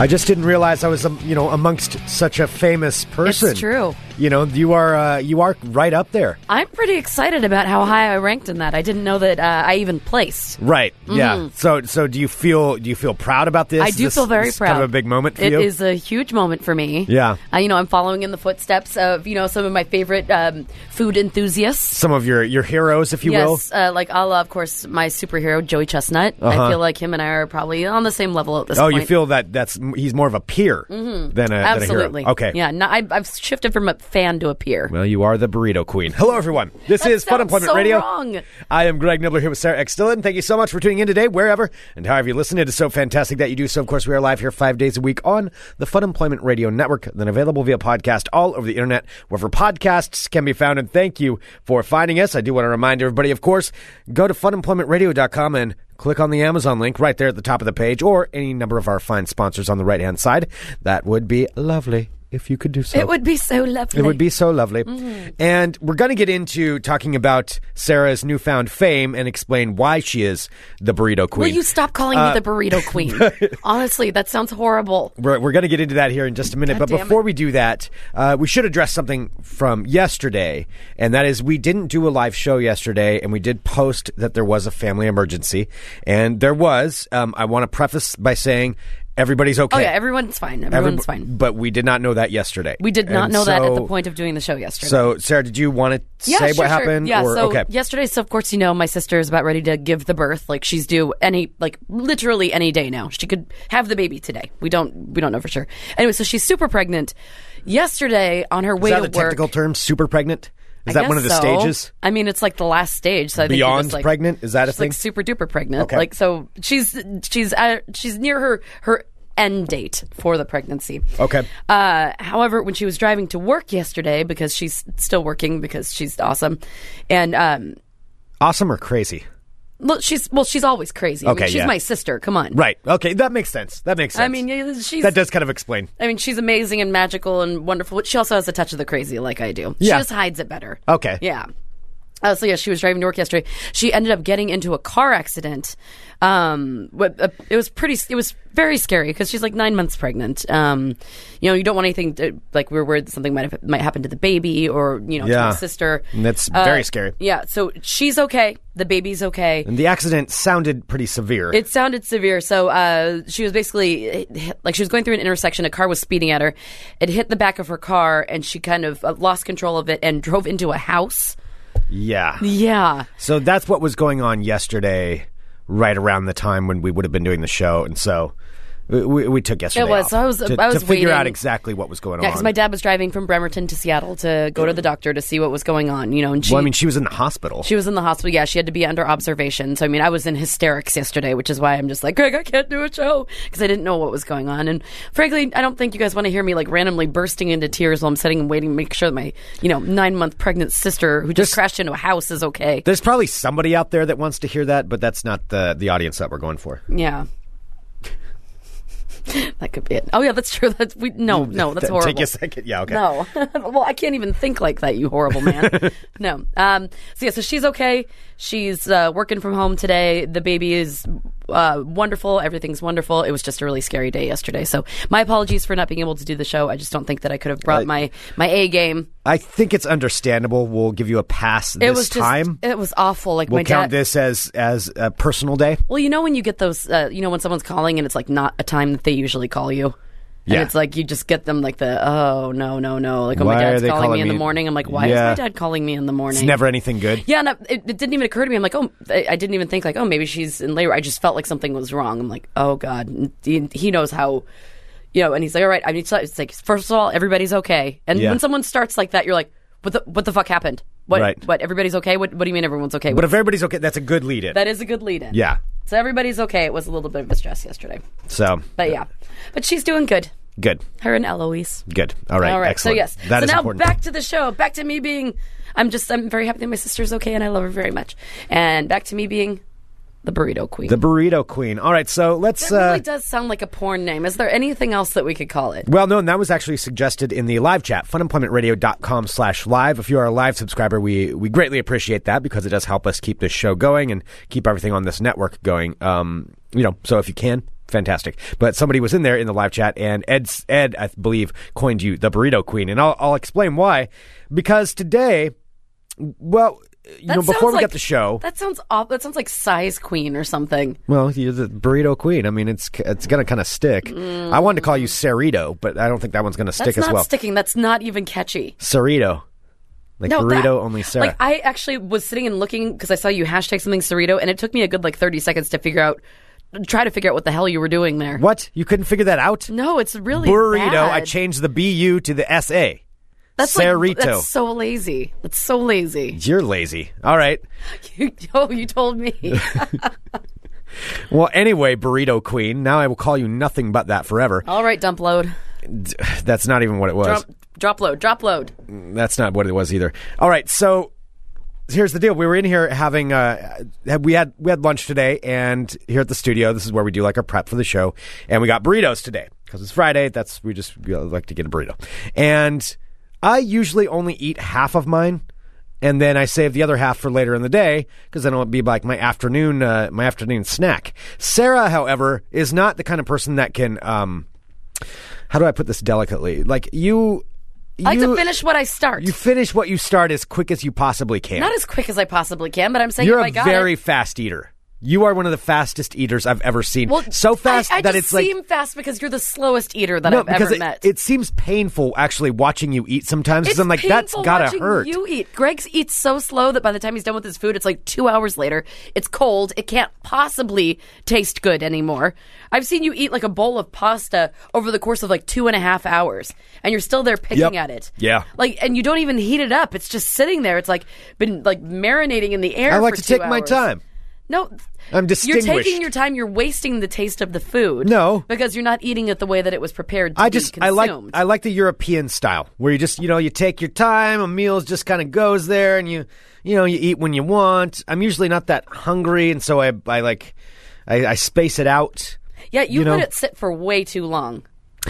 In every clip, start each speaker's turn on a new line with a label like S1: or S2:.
S1: I just didn't realize I was, um, you know, amongst such a famous person.
S2: It's true.
S1: You know, you are uh, you are right up there.
S2: I'm pretty excited about how high I ranked in that. I didn't know that uh, I even placed. Mm-hmm.
S1: Right. Yeah. So so do you feel do you feel proud about this?
S2: I do
S1: This-
S2: feel very
S1: this is
S2: proud.
S1: Kind of a big moment for
S2: It
S1: you.
S2: is a huge moment for me.
S1: Yeah.
S2: Uh, you know, I'm following in the footsteps of you know some of my favorite um, food enthusiasts.
S1: Some of your your heroes, if you will.
S2: yes, uh, like a la, of course, my superhero Joey Chestnut. I feel like him and I are probably on the same level at this
S1: Uh-huh. Oh,
S2: point. Mm-hmm.
S1: you feel that that's he's more of a peer than a
S2: absolutely
S1: Than a hero. Okay.
S2: Yeah, no, I, I've shifted from a fan to a peer.
S1: Well, you are the burrito queen. Hello, everyone. This
S2: That
S1: is Fun
S2: sounds
S1: Employment
S2: so
S1: Radio.
S2: wrong.
S1: I am Greg Nibbler here with Sarah X. Dillon. Thank you so much for tuning in today, wherever and however you listen. It is so fantastic that you do so. Of course, we are live here five days a week on the Fun Employment Radio Network, then available via podcast all over the internet, wherever podcasts can be found. And thank you for finding us. I do want to remind everybody, of course, go to funemploymentradio.com and click on the Amazon link right there at the top of the page or any number of our fine sponsors on the right hand side. That would be lovely if you could do so.
S2: It would be so lovely. Mm-hmm.
S1: It would be so lovely. And we're going to get into talking about Sarah's newfound fame and explain why she is the burrito queen. Uh,
S2: Will you stop calling me the burrito queen? Honestly, that sounds horrible.
S1: We're, we're going to get into that here in just a minute.
S2: God
S1: but
S2: damn
S1: before
S2: it.
S1: we do that, uh, we should address something from yesterday. And that is, we didn't do a live show yesterday, and we did post that there was a family emergency. And there was. Um, I want to preface by saying everybody's okay.
S2: Oh yeah, everyone's fine. Everyone's
S1: Everyb-
S2: fine.
S1: But we did not know that yesterday.
S2: We did not
S1: And
S2: know that at the
S1: so-
S2: point of doing the show yesterday.
S1: So, Sarah, did you want to
S2: yeah,
S1: say
S2: sure,
S1: what
S2: sure.
S1: happened?
S2: Yeah,
S1: or,
S2: so
S1: okay.
S2: yesterday, so of course you know my sister is about ready to give the birth. Like she's due any, like literally any day now. She could have the baby today. We don't, we don't know for sure. Anyway, so she's super pregnant. Yesterday on her way
S1: Is that
S2: to
S1: the
S2: work,
S1: technical term? Super pregnant? Is
S2: I
S1: that one of
S2: guess
S1: the
S2: so.
S1: stages?
S2: I mean, it's like the last stage. So I think you
S1: Beyond
S2: just, like,
S1: pregnant? Is that a
S2: she's, like
S1: thing?
S2: super duper pregnant.
S1: Okay.
S2: Like so, she's she's uh, she's near her her end date for the pregnancy.
S1: Okay.
S2: Uh, however, when she was driving to work yesterday, because she's still working because she's awesome, and um,
S1: Awesome or crazy?
S2: well, she's well, she's always crazy. I mean,
S1: Okay,
S2: she's
S1: yeah.
S2: my sister. Come on,
S1: Right. Okay, that makes sense. That makes sense.
S2: I mean, yeah, she's
S1: that does kind of explain.
S2: I mean, she's amazing and magical and wonderful. but She also has a touch of the crazy, like I do.
S1: Yeah.
S2: She just hides it better.
S1: Okay.
S2: Yeah. Uh, so yeah, she was driving to work yesterday. She ended up getting into a car accident. Um, what- uh, it was pretty. It was very scary because she's like nine months pregnant. Um, you know, you don't want anything to, like we were worried that something might have, might happen to the baby or you know to
S1: Yeah.
S2: my sister.
S1: And that's
S2: Uh,
S1: very scary.
S2: Yeah. So she's okay. The baby's okay.
S1: And the accident sounded pretty severe.
S2: It sounded severe. So uh, she was basically like she was going through an intersection. A car was speeding at her. It hit the back of her car, and she kind of uh, lost control of it and drove into a house.
S1: yeah.
S2: Yeah,
S1: So that's what was going on yesterday, right around the time when we would have been doing the show. And so we- we, we took yesterday.
S2: It was.
S1: off
S2: So I was-
S1: to,
S2: I was
S1: to figure out
S2: waiting.
S1: exactly what was going
S2: yeah.
S1: on.
S2: Because my dad was driving from Bremerton to Seattle to go to the doctor to see what was going on. You know, and she
S1: well, I mean, she was in the hospital.
S2: she was in the hospital. Yeah, she had to be under observation. So I mean, I was in hysterics yesterday, which is why I'm just like, Greg, I can't do a show because I didn't know what was going on. And frankly, I don't think you guys want to hear me like randomly bursting into tears while I'm sitting and waiting to make sure that my you know nine month pregnant sister who just,
S1: Just-
S2: crashed into a house is okay.
S1: There's probably somebody out there that wants to hear that, but that's not the the audience that we're going for.
S2: yeah. That could be it. Oh yeah, that's true. That's we no, no, that's horrible.
S1: Take a second. Yeah. Okay.
S2: No. well, I can't even think like that, you horrible man. no. Um, so, yeah, so she's okay. She's uh, working from home today. The baby is uh, wonderful. Everything's wonderful. It was just a really scary day yesterday. So, my apologies for not being able to do the show. I just don't think that I could have brought
S1: Uh,
S2: my, my A game.
S1: I think it's understandable. We'll give you a pass this
S2: It was just,
S1: time.
S2: It was awful. Like, my
S1: we'll count
S2: dad.
S1: this as as a personal day.
S2: Well, you know when you get those, uh, you know when someone's calling and it's like not a time that they usually call you. And
S1: Yeah.
S2: it's like you just get them like the oh no no no like oh my
S1: Why are
S2: dad's
S1: they
S2: calling,
S1: calling
S2: me in the
S1: me?
S2: morning I'm like why
S1: Yeah.
S2: is my dad calling me in the morning
S1: It's never anything good.
S2: yeah and I, it, it didn't even occur to me I'm like oh I, I didn't even think like oh maybe she's in labor I just felt like something was wrong I'm like oh god And he, he knows how you know and he's like all right I mean so it's like first of all everybody's okay and
S1: Yeah.
S2: when someone starts like that you're like what the what the fuck happened what
S1: Right.
S2: what everybody's okay what what do you mean everyone's okay
S1: But if everybody's okay, that's a good lead in.
S2: that is a good lead in
S1: yeah.
S2: so everybody's okay. It was a little bit of a stress yesterday.
S1: So
S2: But yeah. But she's doing good.
S1: good.
S2: Her and Eloise.
S1: Good. All right.
S2: All right.
S1: Excellent.
S2: So yes.
S1: That
S2: so
S1: is
S2: now
S1: important.
S2: back to the show. Back to me being I'm just I'm very happy that my sister's okay and I love her very much. And back to me being the burrito queen.
S1: The Burrito Queen. All right, so let's.
S2: that really
S1: uh,
S2: does sound like a porn name. Is there anything else that we could call it?
S1: Well, no, and that was actually suggested in the live chat, funemploymentradio.com slash live. If you are a live subscriber, we, we greatly appreciate that because it does help us keep this show going and keep everything on this network going. Um, you know, so if you can, fantastic. But somebody was in there in the live chat and Ed, Ed I believe, coined you the burrito queen. And I'll, I'll explain why. Because today, well, you
S2: That
S1: know, before
S2: sounds
S1: we
S2: like,
S1: got the show,
S2: that sounds off. That sounds like size queen or something.
S1: well, you're the burrito queen. I mean, it's it's gonna kind of stick. I wanted to call you Cerrito, but I don't think that one's gonna
S2: That's
S1: stick
S2: not
S1: as well.
S2: sticking. That's not even catchy.
S1: Cerrito. Like
S2: No,
S1: burrito,
S2: that-
S1: only Sarah.
S2: Like I actually was sitting and looking because I saw you hashtag something Cerrito, and it took me a good like thirty seconds to figure out, try to figure out what the hell you were doing there.
S1: what? You couldn't figure that out?
S2: No, it's really
S1: burrito.
S2: Bad.
S1: I changed the BU to the SA.
S2: That's
S1: Cerrito.
S2: Like, that's so lazy. That's so lazy.
S1: You're lazy. All right.
S2: You, oh, you told me.
S1: Well, anyway, burrito queen. Now I will call you nothing but that forever.
S2: All right, dump load.
S1: That's not even what it was.
S2: Drop, drop load. Drop load.
S1: That's not what it was either. All right. So here's the deal. We were in here having uh, we had we had lunch today, and here at the studio, this is where we do like our prep for the show, and we got burritos today because it's Friday. That's we just we like to get a burrito, and I usually only eat half of mine. And then I save the other half for later in the day because then it'll be like my afternoon, uh, my afternoon snack. Sarah, however, is not the kind of person that can. Um, how do I put this delicately? Like you, you
S2: I like to finish what I start.
S1: you finish what you start as quick as you possibly can.
S2: Not as quick as I possibly can, but I'm saying
S1: You're
S2: if I
S1: a
S2: got
S1: very
S2: it,
S1: fast eater. You are one of the fastest eaters I've ever seen.
S2: well,
S1: so fast
S2: I, I
S1: that
S2: just
S1: it's like
S2: seem fast because you're the slowest eater that
S1: no,
S2: I've
S1: because
S2: ever
S1: it,
S2: met.
S1: it seems painful actually watching you eat sometimes.
S2: It's
S1: Because I'm like, that's
S2: painful
S1: gotta
S2: watching
S1: hurt.
S2: You eat. Greg eats so slow that by the time he's done with his food, it's like two hours later. It's cold. It can't possibly taste good anymore. I've seen you eat like a bowl of pasta over the course of like two and a half hours, and you're still there picking
S1: Yep.
S2: at it.
S1: Yeah.
S2: like and you don't even heat it up. It's just sitting there. It's like been like marinating in the air.
S1: I
S2: for
S1: like to
S2: two
S1: take my
S2: hours.
S1: time.
S2: No,
S1: I'm
S2: You're
S1: distinguished.
S2: taking your time. You're wasting the taste of the food.
S1: No.
S2: because you're not eating it the way that it was prepared. To
S1: I
S2: be
S1: just I like
S2: consumed.
S1: I like the European style where you just you know you take your time, a meal just kind of goes there, and you you know you eat when you want. I'm usually not that hungry, and so I I like I, I space it out.
S2: Yeah, you,
S1: you know?
S2: let it sit for way too long.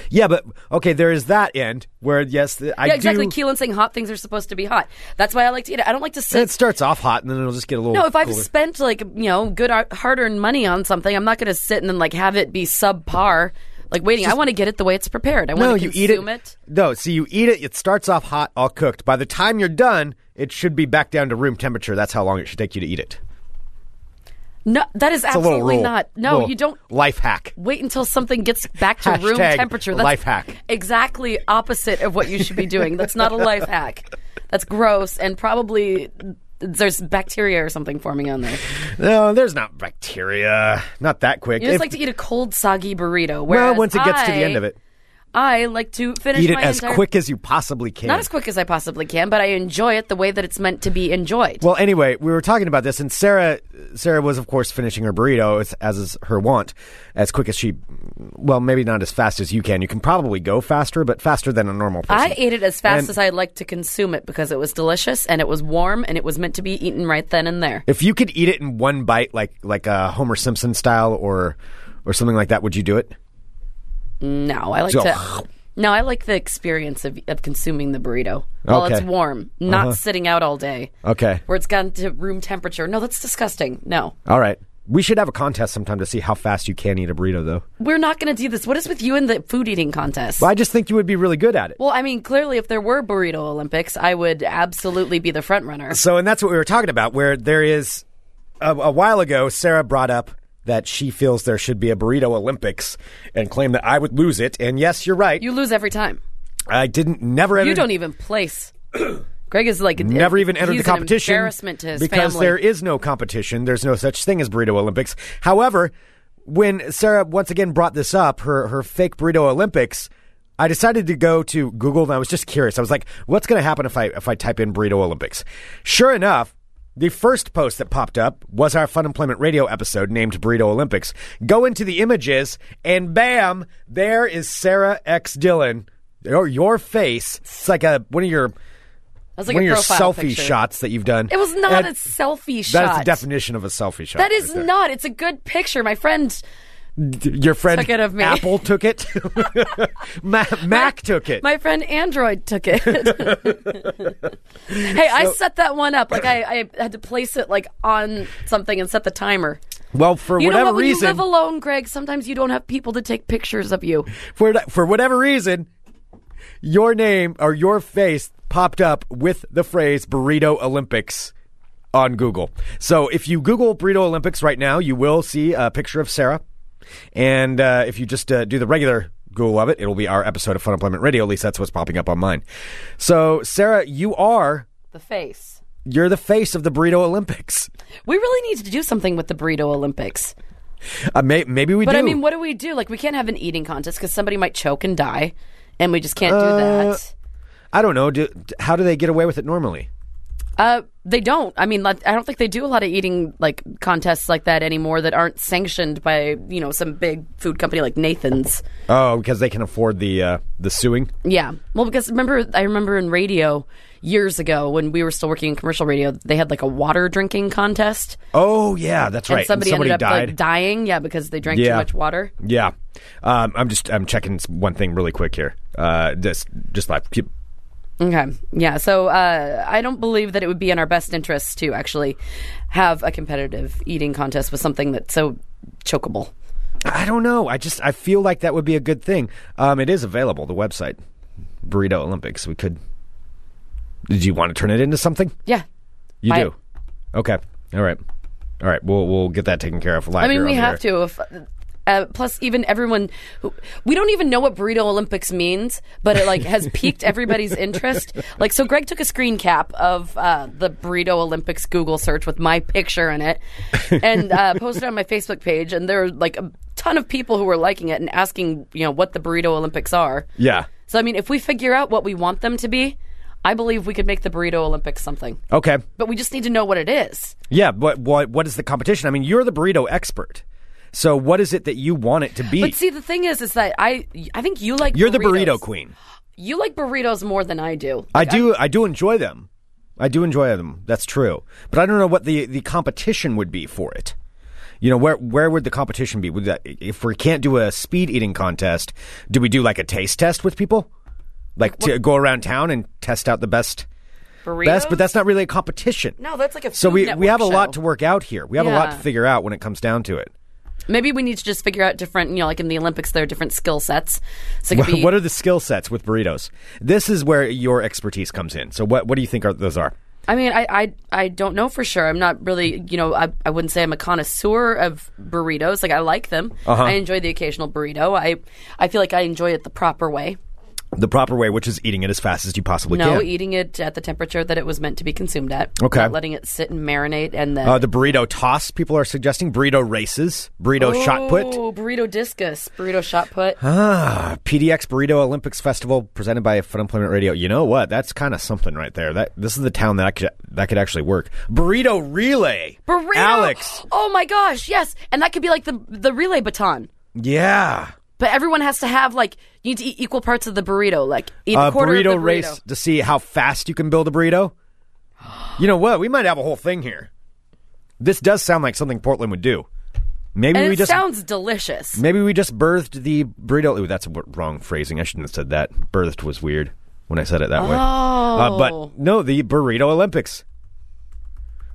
S1: Yeah, but okay, there is that end where yes, the, I
S2: Yeah, exactly.
S1: do.
S2: Keelan saying hot things are supposed to be hot. That's why I like to eat it. I don't like to
S1: It
S2: sit.
S1: starts off hot and then it'll just get a little.
S2: No, if I've
S1: cooler.
S2: spent like you know good ar- hard-earned money on something, I'm not going to sit and then like have it be subpar. Like waiting, I want to get it the way it's prepared. I
S1: no,
S2: want to
S1: you eat it,
S2: consume it.
S1: No, see, you eat it. It starts off hot, all cooked. By the time you're done, it should be back down to room temperature. That's how long it should take you to eat it.
S2: No, that is
S1: It's a little
S2: absolutely
S1: rule.
S2: not. No,
S1: Little
S2: you don't
S1: Life hack.
S2: wait until something gets back to room
S1: Hashtag
S2: temperature.
S1: life hack.
S2: Exactly opposite of what you should be doing. That's not a life hack. That's gross and probably there's bacteria or something forming on there.
S1: No, there's not bacteria. Not that quick.
S2: You just
S1: If-
S2: like to eat a cold, soggy burrito.
S1: well,
S2: whereas
S1: once it gets to the
S2: I-
S1: end of it,
S2: I like to finish
S1: eat it
S2: my
S1: as
S2: entire-
S1: quick as you possibly can.
S2: not as quick as I possibly can, but I enjoy it the way that it's meant to be enjoyed.
S1: Well, anyway, we were talking about this, and Sarah, Sarah was, of course, finishing her burrito as, as is her want, as quick as she. Well, maybe not as fast as you can. You can probably go faster, but faster than a normal person.
S2: I e- ate it as fast
S1: And-
S2: as I like to consume it because it was delicious and it was warm and it was meant to be eaten right then and there.
S1: If you could eat it in one bite, like like a Homer Simpson style, or or something like that, would you do it?
S2: No, I like
S1: So-
S2: to. No, I like the experience of, of consuming the burrito while
S1: Okay.
S2: it's
S1: Uh-huh.
S2: warm, not sitting out all day.
S1: Okay.
S2: Where it's gone to room temperature. No, that's disgusting. No.
S1: All right. We should have a contest sometime to see how fast you can eat a burrito, though.
S2: We're not going to do this. What is with you and the food eating contest?
S1: But I just think you would be really good at it.
S2: Well, I mean, clearly, if there were burrito Olympics, I would absolutely be the front runner.
S1: So, and that's what we were talking about, where there is a, a while ago, Sarah brought up that she feels there should be a burrito Olympics and claimed that I would lose it. And yes, you're right.
S2: You lose every time.
S1: I didn't never enter,
S2: You don't even place. Greg is like
S1: never even entered
S2: he's
S1: the competition
S2: An embarrassment to his
S1: because
S2: family.
S1: there is no competition. There's no such thing as burrito Olympics. However, when Sarah once again brought this up, her her fake burrito Olympics. I decided to go to Google and I was just curious. I was like, what's going to happen if I if I type in burrito Olympics? Sure enough, the first post that popped up was our Fun Employment Radio episode named Burrito Olympics. Go into the images and bam, Oh, there is Sarah X Dillon. Your, your face. It's like a one of your
S2: was like
S1: one
S2: a
S1: of your
S2: profile
S1: selfie
S2: picture.
S1: shots that you've done.
S2: It was not
S1: That-
S2: a selfie shot.
S1: That is the definition of a selfie shot.
S2: That is
S1: right there.
S2: not. It's a good picture. My friend
S1: Your friend
S2: Took it of me.
S1: Apple took it. Ma- Mac took it.
S2: My friend Android took it. hey, I set that one up. Like I, I had to place it like on something and set the timer.
S1: well, for
S2: You know
S1: whatever
S2: what? When
S1: reason,
S2: you live alone, Greg, sometimes you don't have people to take pictures of you.
S1: for for whatever reason, your name or your face popped up with the phrase "burrito Olympics." On Google. So if you Google Burrito Olympics right now, you will see a picture of Sarah. And uh, if you just uh, do the regular Google of it, it'll be our episode of Fun Employment Radio. At least that's what's popping up on mine. So, Sarah, you are
S2: The face.
S1: you're the face of the Burrito Olympics.
S2: We really need to do something with the burrito Olympics.
S1: Uh, may, maybe we
S2: But
S1: do.
S2: I mean, what do we do? Like, we can't have an eating contest because somebody might choke and die, and we just can't
S1: Uh,
S2: do that.
S1: I don't know. Do, how do they get away with it normally?
S2: Uh, they don't. I mean, like, I don't think they do a lot of eating like contests like that anymore that aren't sanctioned by you know some big food company like Nathan's.
S1: Oh, because they can afford the uh, the suing.
S2: Yeah. Well, because remember, I remember in radio years ago when we were still working in commercial radio, they had like a water drinking contest,
S1: Oh yeah, that's right.
S2: and somebody, ended up
S1: died.
S2: like dying. Yeah, because they drank
S1: Yeah.
S2: too much water.
S1: yeah, um, I'm just I'm checking s- one thing really quick here. Uh, just just like keep-
S2: Okay. Yeah. So uh, I don't believe that it would be in our best interest to actually have a competitive eating contest with something that's so chokeable.
S1: I don't know. I just I feel like that would be a good thing. Um, it is available. The website Burrito Olympics. We could. Did you want to turn it into something?
S2: Yeah.
S1: You
S2: I-
S1: do. Okay. All right. All right. We'll we'll get that taken care of live.
S2: I mean,
S1: here
S2: we
S1: on the air.
S2: have to. If, uh, plus, even everyone, who, we don't even know what burrito Olympics means, but it like has piqued everybody's interest. Like, so Greg took a screen cap of uh, the burrito Olympics Google search with my picture in it, and uh, posted it on my Facebook page, and there were like a ton of people who were liking it and asking, you know, what the burrito Olympics are.
S1: Yeah.
S2: So, I mean, if we figure out what we want them to be, I believe we could make the burrito Olympics something.
S1: Okay.
S2: But we just need to know what it is.
S1: Yeah, but what what is the competition? I mean, you're the burrito expert. So what is it that you want it to be?
S2: But see, the thing is, is that I, I think you like
S1: you're the burrito
S2: burritos.
S1: queen.
S2: You like burritos more than I do.
S1: I do I do enjoy them. I do enjoy them. That's true. But I don't know what the the competition would be for it. You know, where where would the competition be? Would that, if we can't do a speed eating contest, do we do like a taste test with people? Like to go around town and test out the best
S2: Burritos?
S1: best, but that's not really a competition.
S2: no, that's like a.
S1: So
S2: Food
S1: we we
S2: Network
S1: have a lot
S2: show.
S1: to work out here. We have a lot
S2: Yeah.
S1: to figure out when it comes down to it.
S2: Maybe we need to just figure out different. You know, like in the Olympics, there are different skill sets. So it could
S1: What,
S2: be,
S1: what are the skill sets with burritos? This is where your expertise comes in. So, what what do you think are, those are?
S2: I mean, I, I I don't know for sure. I'm not really. You know, I I wouldn't say I'm a connoisseur of burritos. Like I like them.
S1: Uh-huh.
S2: I enjoy the occasional burrito. I I feel like I enjoy it the proper way.
S1: The proper way, which is eating it as fast as you possibly
S2: No,
S1: can.
S2: eating it at the temperature that it was meant to be consumed at.
S1: Okay.
S2: Not letting it sit and marinate and then
S1: Uh, the burrito toss. People are suggesting burrito races, burrito shot put.
S2: Ooh, burrito discus, burrito shot put.
S1: Ah, PDX Burrito Olympics Festival presented by Fun Employment Radio. You know what? That's kind of something right there. That this is the town that I could that could actually work. Burrito relay.
S2: Burrito.
S1: Alex.
S2: Oh my gosh, yes. And that could be like the the relay baton.
S1: Yeah.
S2: But everyone has to have like you need to eat equal parts of the burrito. Like eat a
S1: a
S2: quarter
S1: Uh, burrito,
S2: of the burrito.
S1: race to see how fast you can build a burrito. You know what? We might have a whole thing here. This does sound like something Portland would do. Maybe
S2: And
S1: we
S2: it
S1: just
S2: sounds delicious.
S1: maybe we just birthed the burrito. Ooh, that's a w- wrong phrasing. I shouldn't have said that. Birthed was weird when I said it that way. Uh,
S2: Oh.
S1: but no, the burrito Olympics.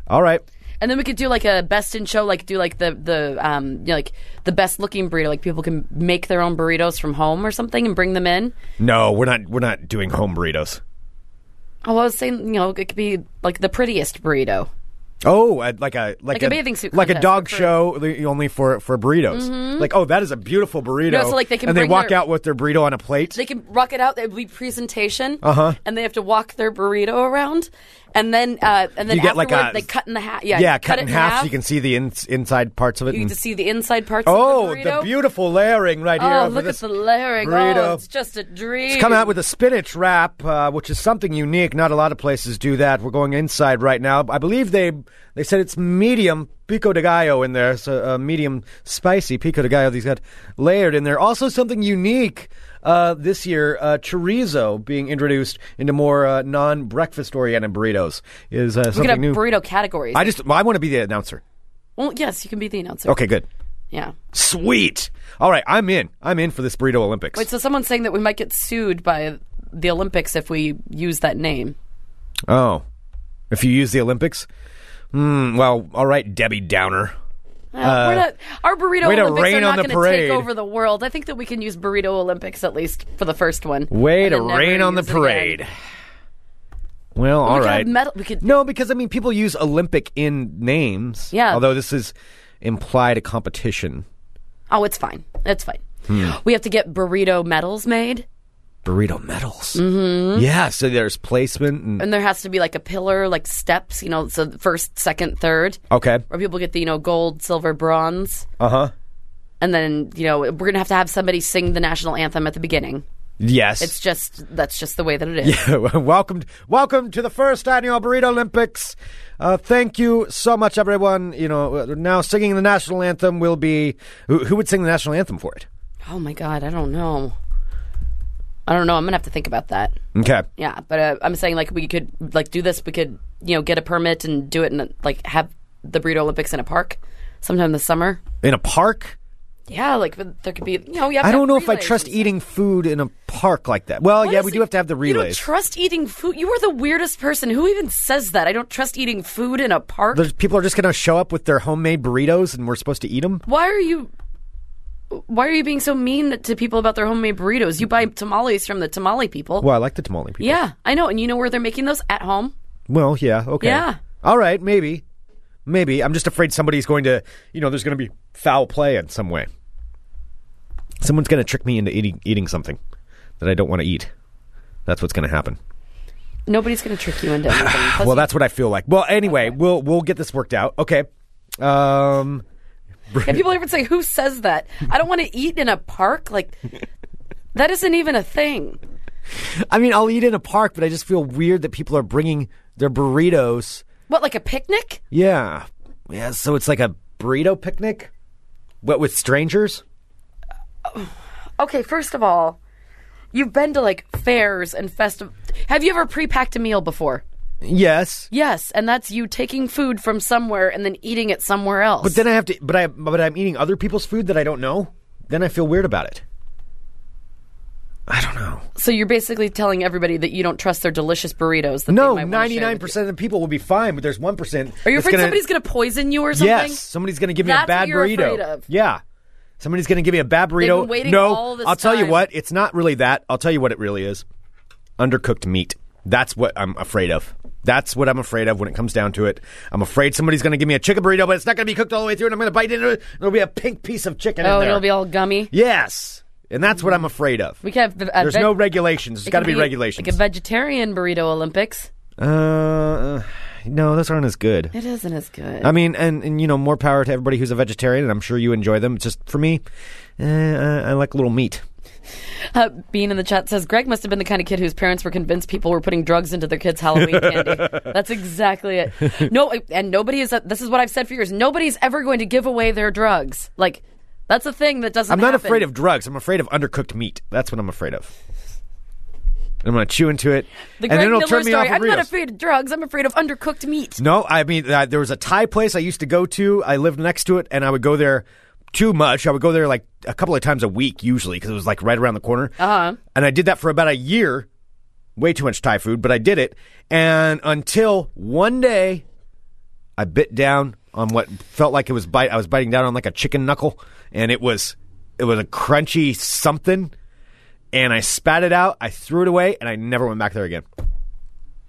S1: All right.
S2: and then we could do like a best in show, like do like the the um you know, like the best looking burrito. Like people can make their own burritos from home or something and bring them in.
S1: No, we're not. We're not doing home burritos.
S2: Oh, I was saying, you know, it could be like the prettiest burrito.
S1: Oh, uh, like a like,
S2: Like a bathing suit
S1: like a
S2: contest,
S1: dog
S2: but for- Mm-hmm.
S1: show li- only for for burritos. Like, oh, that is a beautiful burrito.
S2: No, so, like, they can
S1: and they
S2: bring
S1: walk
S2: their-
S1: out with their burrito on a plate.
S2: They can rock it out. There would be presentation, uh-huh. and they have to walk their burrito around, and then uh, and then
S1: You get like
S2: afterward,
S1: a-
S2: they cut in the half. Yeah,
S1: yeah,
S2: you
S1: cut,
S2: it
S1: in half, so you can see the in, inside parts of it.
S2: you can
S1: and-
S2: just see the inside parts.
S1: oh,
S2: of the, burrito.
S1: the beautiful layering right here.
S2: Oh,
S1: over
S2: look at
S1: this
S2: the layering.
S1: burrito.
S2: Oh, it's just a dream.
S1: It's come out with a spinach wrap, uh, which is something unique. Not a lot of places do that. We're going inside right now. I believe they they said it's medium pico de gallo in there, so uh, medium spicy pico de gallo. These got layered in there. Also, something unique uh, this year: uh, chorizo being introduced into more uh, non-breakfast oriented burritos is uh,
S2: We could
S1: something
S2: have
S1: new.
S2: burrito categories.
S1: I just I want to be the announcer.
S2: well, yes, you can be the announcer.
S1: Okay, good,
S2: Yeah.
S1: sweet. All right, I'm in. I'm in for this burrito Olympics.
S2: Wait, so someone's saying that we might get sued by the Olympics if we use that name.
S1: oh, if you use the Olympics, Hmm, well, all right, Debbie Downer.
S2: Uh, we're not, our burrito
S1: way to
S2: Olympics
S1: rain
S2: are not
S1: on the
S2: going to
S1: parade.
S2: take over the world. I think that we can use burrito Olympics at least for the first one.
S1: Way
S2: And
S1: to
S2: then never
S1: rain on the
S2: use it again.
S1: parade. Well,
S2: We
S1: all
S2: could have
S1: right.
S2: medal- we could-
S1: No, because I mean, people use Olympic in names.
S2: Yeah.
S1: Although this is implied a competition.
S2: Oh, it's fine. It's fine. We have to get burrito medals made,
S1: Burrito medals. Mm-hmm. Yeah. So there's placement. And,
S2: and there has to be like a pillar, like steps. You know, so first, second, third,
S1: okay.
S2: where people get the you know gold, silver, bronze,
S1: Uh huh.
S2: and then you know we're going to have to have somebody sing the national anthem at the beginning.
S1: Yes.
S2: It's just that's just the way that it is.
S1: welcome, welcome to the first annual Burrito Olympics. Uh, thank you so much, everyone. You know, uh, now singing the national anthem will be who, who would sing the national anthem for it?
S2: Oh my god, I don't know. I don't know. I'm gonna have to think about that.
S1: Okay.
S2: Yeah, but uh, I'm saying like we could like do this. We could you know get a permit and do it and like have the burrito Olympics in a park sometime this summer.
S1: In a park.
S2: Yeah, like but there could be you know. You have
S1: I
S2: to
S1: don't
S2: have
S1: know if I
S2: relays
S1: trust
S2: and stuff.
S1: eating food in a park like that. Well, yeah, we
S2: Honestly,
S1: do have to have the
S2: You don't
S1: relays.
S2: trust eating food. You are the weirdest person. Who even says that? I don't trust eating food in a park.
S1: There's, people are just going to show up with their homemade burritos, and we're supposed to eat them.
S2: Why are you? Why are you being so mean to people about their homemade burritos? You buy tamales from the tamale people.
S1: Well, I like the tamale people.
S2: Yeah, I know, and you know where they're making those at home.
S1: Well, yeah. Okay.
S2: Yeah.
S1: All right. Maybe. Maybe. I'm just afraid somebody's going to. You know, there's going to be foul play in some way. Someone's going to trick me into eating eating something that I don't want to eat. That's what's going to happen.
S2: Nobody's going to trick you into anything. Plus,
S1: Well, that's what I feel like. Well, anyway, we'll we'll get this worked out. Okay. Um.
S2: And people even say, "Who says that? I don't want to eat in a park." Like that isn't even a thing.
S1: I mean, I'll eat in a park, but I just feel weird that people are bringing their burritos.
S2: What, like a picnic?
S1: Yeah. Yeah, so it's like a burrito picnic? What, with strangers?
S2: Okay, first of all, you've been to like fairs and festivals. Have you ever pre-packed a meal before?
S1: Yes.
S2: Yes, and that's you taking food from somewhere and then eating it somewhere else.
S1: But then I have to, but, I, but I'm eating other people's food that I don't know. Then I feel weird about it. I don't know.
S2: so you're basically telling everybody that you don't trust their delicious burritos. That
S1: No,
S2: they might wanna share with you.
S1: 99% of the people will be fine, but there's 1%.
S2: Are you
S1: that's
S2: afraid
S1: gonna-
S2: somebody's going to poison you or something?
S1: Yes, somebody's going to give me a
S2: That's what
S1: bad
S2: you're
S1: burrito.
S2: afraid of.
S1: Yeah. Somebody's going to give me a bad burrito.
S2: been waiting
S1: no,
S2: all this
S1: I'll tell you
S2: time.
S1: what, it's not really that. I'll tell you what it really is. Undercooked meat. That's what I'm afraid of. That's what I'm afraid of when it comes down to it. I'm afraid somebody's going to give me a chicken burrito, but it's not going to be cooked all the way through, and I'm going to bite into it. and There'll be a pink piece of chicken in
S2: Oh,
S1: there.
S2: it'll be all gummy.
S1: yes, and that's what I'm afraid of.
S2: Mm. We could have the- a
S1: There's
S2: veg-
S1: no regulations. There's
S2: it
S1: got to
S2: could
S1: be, regulations.
S2: Like a vegetarian burrito Olympics.
S1: uh, no, those aren't as good.
S2: It isn't as good.
S1: I mean, and, and you know, more power to everybody who's a vegetarian, and I'm sure you enjoy them. It's just for me, eh, I, I like a little meat.
S2: Uh, Bean in the chat says Greg must have been the kind of kid whose parents were convinced people were putting drugs into their kids' Halloween candy. That's exactly it. No, and nobody is. This is what I've said for years. Nobody's ever going to give away their drugs. Like that's a thing that doesn't.
S1: I'm not
S2: happen.
S1: afraid of drugs. I'm afraid of undercooked meat. That's what I'm afraid of. I'm gonna chew into it,
S2: the
S1: and then
S2: Greg
S1: it'll
S2: Miller
S1: turn me
S2: story.
S1: off. of
S2: I'm not
S1: burritos.
S2: afraid of drugs. I'm afraid of undercooked meat.
S1: No, I mean uh, there was a Thai place I used to go to. I lived next to it, and I would go there too much. I would go there like a couple of times a week usually because it was like right around the corner. Uh huh. And I did that for about a year. Way too much Thai food, but I did it, and until one day, I bit down on what felt like it was bite. I was biting down on like a chicken knuckle, and it was it was a crunchy something. And I spat it out. I threw it away, and I never went back there again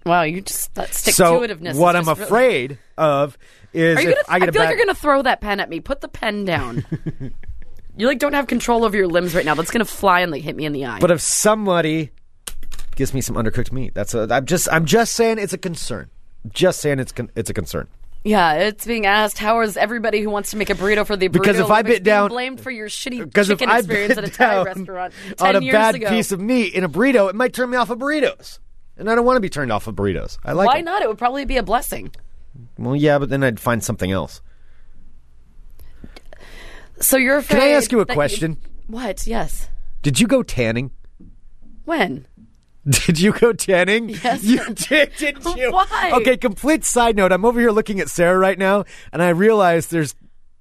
S2: Wow, you just that stick
S1: so
S2: to itiveness.
S1: what I'm afraid of is
S2: Are you gonna,
S1: if I
S2: I
S1: get
S2: feel
S1: a bad,
S2: like you're gonna throw that pen at me. Put the pen down. you like don't have control over your limbs right now. That's gonna fly and like hit me in the eye.
S1: but if somebody gives me some undercooked meat, that's a, I'm just I'm just saying it's a concern. Just saying it's con- it's a concern.
S2: Yeah, it's being asked. How is everybody who wants to make a burrito for the burrito
S1: Because if I
S2: Olympics
S1: bit down-
S2: being blamed for your shitty
S1: Because if
S2: chicken
S1: I
S2: experience
S1: bit
S2: at a Thai
S1: down
S2: restaurant ten
S1: on a
S2: years
S1: bad
S2: ago,
S1: piece of meat in a burrito, it might turn me off of burritos, and I don't want to be turned off of burritos. I like
S2: why
S1: 'em.
S2: not? It would probably be a blessing.
S1: Well, yeah, but then I'd find something else.
S2: So you're
S1: Can
S2: afraid.
S1: I ask you a
S2: that
S1: question?
S2: what? Yes.
S1: Did you go tanning?
S2: When?
S1: Did you go tanning? Yes. You did, didn't you?
S2: Why?
S1: Okay, complete side note. I'm over here looking at Sarah right now, and I realize there's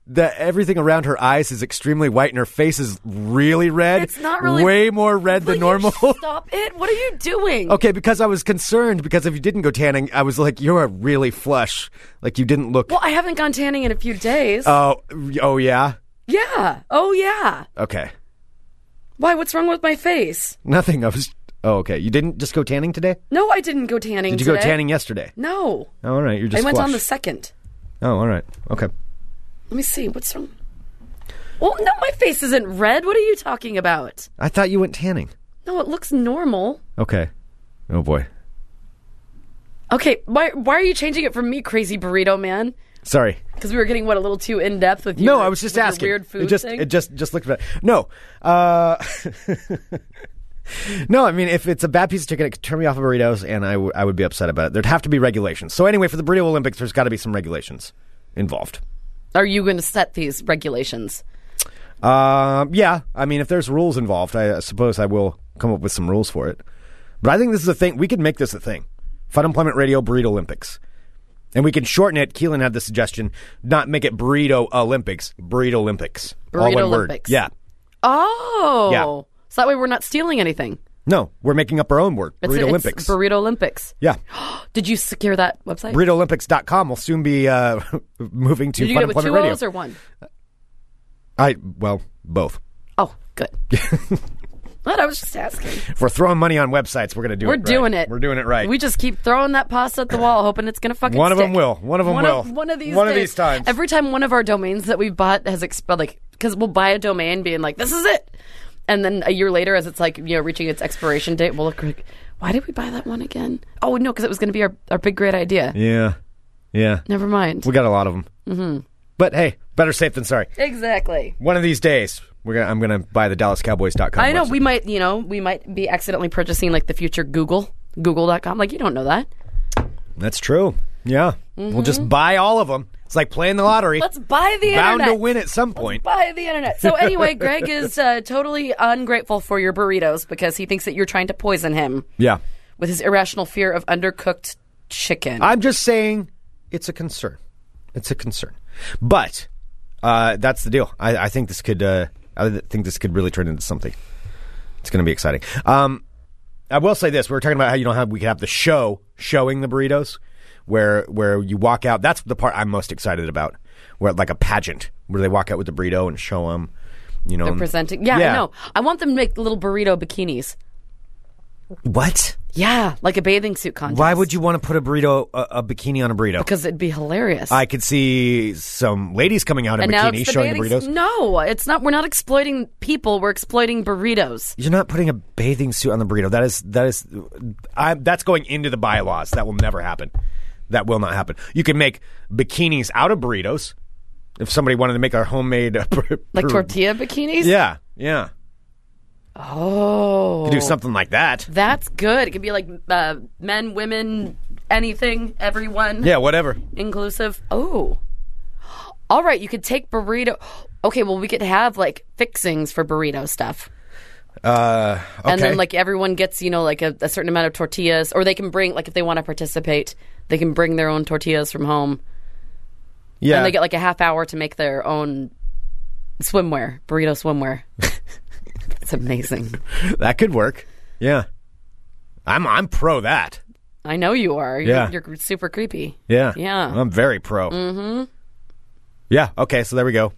S1: that everything around her eyes is extremely white and her face is really red.
S2: It's not really
S1: way more red
S2: Will
S1: than
S2: you
S1: normal.
S2: Stop it! What are you doing?
S1: okay, because I was concerned because if you didn't go tanning, I was like, you're really flush. Like you didn't look
S2: Well, I haven't gone tanning in a few days.
S1: Oh oh yeah?
S2: yeah. Oh yeah.
S1: Okay.
S2: Why? What's wrong with my face?
S1: Nothing. I was Oh, okay. You didn't just go tanning today?
S2: No, I didn't go tanning.
S1: Did you go
S2: today.
S1: tanning yesterday?
S2: No,
S1: Oh, all right. You're
S2: I
S1: just
S2: went on the
S1: flush.
S2: second.
S1: Oh, all right. Okay.
S2: Let me see. What's wrong? Well, no, my face isn't red. What are you talking about?
S1: I thought you went tanning.
S2: No, it looks normal.
S1: Okay. Oh boy.
S2: Okay, why why are you changing it from me, crazy burrito man?
S1: Sorry.
S2: Because we were getting what a little too in depth with you.
S1: No, I was just
S2: with your
S1: asking.
S2: Weird food
S1: it just
S2: thing.
S1: it just just looked bad. No. Uh No, I mean, if it's a bad piece of chicken, it could turn me off of burritos, and I, w- I would be upset about it. There'd have to be regulations. So, anyway, for the Burrito Olympics, there's got to be some regulations involved.
S2: are you going to set these regulations?
S1: Um, yeah, I mean, if there's rules involved, I, I suppose I will come up with some rules for it. But I think this is a thing. We could make this a thing. Fun Employment Radio Burrito Olympics. And we can shorten it. Keelan had the suggestion, not make it Burrito Olympics, Burrito Olympics. All
S2: Burrito
S1: one
S2: Olympics.
S1: word. Yeah.
S2: Oh,
S1: Yeah.
S2: So that way we're not stealing anything.
S1: No, we're making up our own word.
S2: It's-
S1: Burrito
S2: it's
S1: Olympics.
S2: Burrito Olympics.
S1: yeah.
S2: Did you secure that website?
S1: BurritoOlympics.com will soon be uh, moving to
S2: Did you get
S1: Fun
S2: it with
S1: Employment
S2: two
S1: Radio.
S2: O's or one?
S1: I, well, both.
S2: Oh, good. But I was just asking.
S1: If we're throwing money on websites, we're going to do
S2: We're
S1: it right.
S2: doing it.
S1: We're doing it right.
S2: We just keep throwing that pasta at the wall, hoping it's going to fucking.
S1: One of 'em
S2: stick.
S1: will. One of 'em will.
S2: one of these.
S1: One of
S2: days.
S1: these times.
S2: Every time one of our domains that we bought has expired, like because we'll buy a domain, being like, "This is it," and then a year later, as it's like you know reaching its expiration date, we'll look like, "Why did we buy that one again?" Oh no, because it was going to be our our big great idea.
S1: yeah. Yeah.
S2: Never mind.
S1: We got a lot of them. Mm-hmm. But hey, better safe than sorry.
S2: exactly.
S1: One of these days, we're gonna, I'm going to buy the DallasCowboys.com.
S2: I know
S1: website.
S2: we might, you know, we might be accidentally purchasing like the future Google, Google.com. Like you don't know that.
S1: That's true. Yeah, we'll just buy all of them. It's like playing the lottery.
S2: Mm-hmm. Let's buy the
S1: Bound
S2: internet.
S1: to win at some point.
S2: By the internet. So anyway, Greg is uh, totally ungrateful for your burritos because he thinks that you're trying to poison him
S1: yeah,
S2: with his irrational fear of undercooked chicken.
S1: I'm just saying, it's a concern. It's a concern, but uh, that's the deal. I, I think this could. Uh, I think this could really turn into something. It's going to be exciting. Um, I will say this: we were talking about how you know how we could have the show showing the burritos, where where you walk out. That's the part I'm most excited about. Where like a pageant, where they walk out with the burrito and show them. You know,
S2: They're
S1: and-
S2: presenting. Yeah,
S1: Yeah.
S2: I know. I want them to make little burrito bikinis.
S1: what?
S2: Yeah, like a bathing suit contest.
S1: Why would you want to put a burrito, a, a bikini on a burrito?
S2: Because it'd be hilarious.
S1: I could see some ladies coming out in
S2: and now
S1: bikinis
S2: it's the
S1: showing the
S2: bathing
S1: burritos.
S2: suit- No, it's not. We're not exploiting people. We're exploiting burritos.
S1: You're not putting a bathing suit on the burrito. That is that is I, that's going into the bylaws. That will never happen. That will not happen. You can make bikinis out of burritos. If somebody wanted to make a homemade uh, bur-
S2: Like
S1: bur-
S2: tortilla bikinis?
S1: yeah, yeah,
S2: Oh.
S1: could do something like that.
S2: That's good. It could be like uh, men, women, anything, everyone.
S1: Yeah, whatever.
S2: inclusive. Oh, all right. You could take burrito. Okay, well, we could have like fixings for burrito stuff,
S1: Uh, okay.
S2: and then like everyone gets you know like a, a certain amount of tortillas, or they can bring like if they want to participate, they can bring their own tortillas from home,
S1: yeah,
S2: and they get like a half hour to make their own swimwear, burrito swimwear. it's amazing.
S1: that could work. Yeah, I'm I'm pro that.
S2: I know you are. You're,
S1: Yeah.
S2: you're super creepy.
S1: Yeah.
S2: Yeah.
S1: I'm very pro. Mm-hmm. Yeah. Okay. So there we go.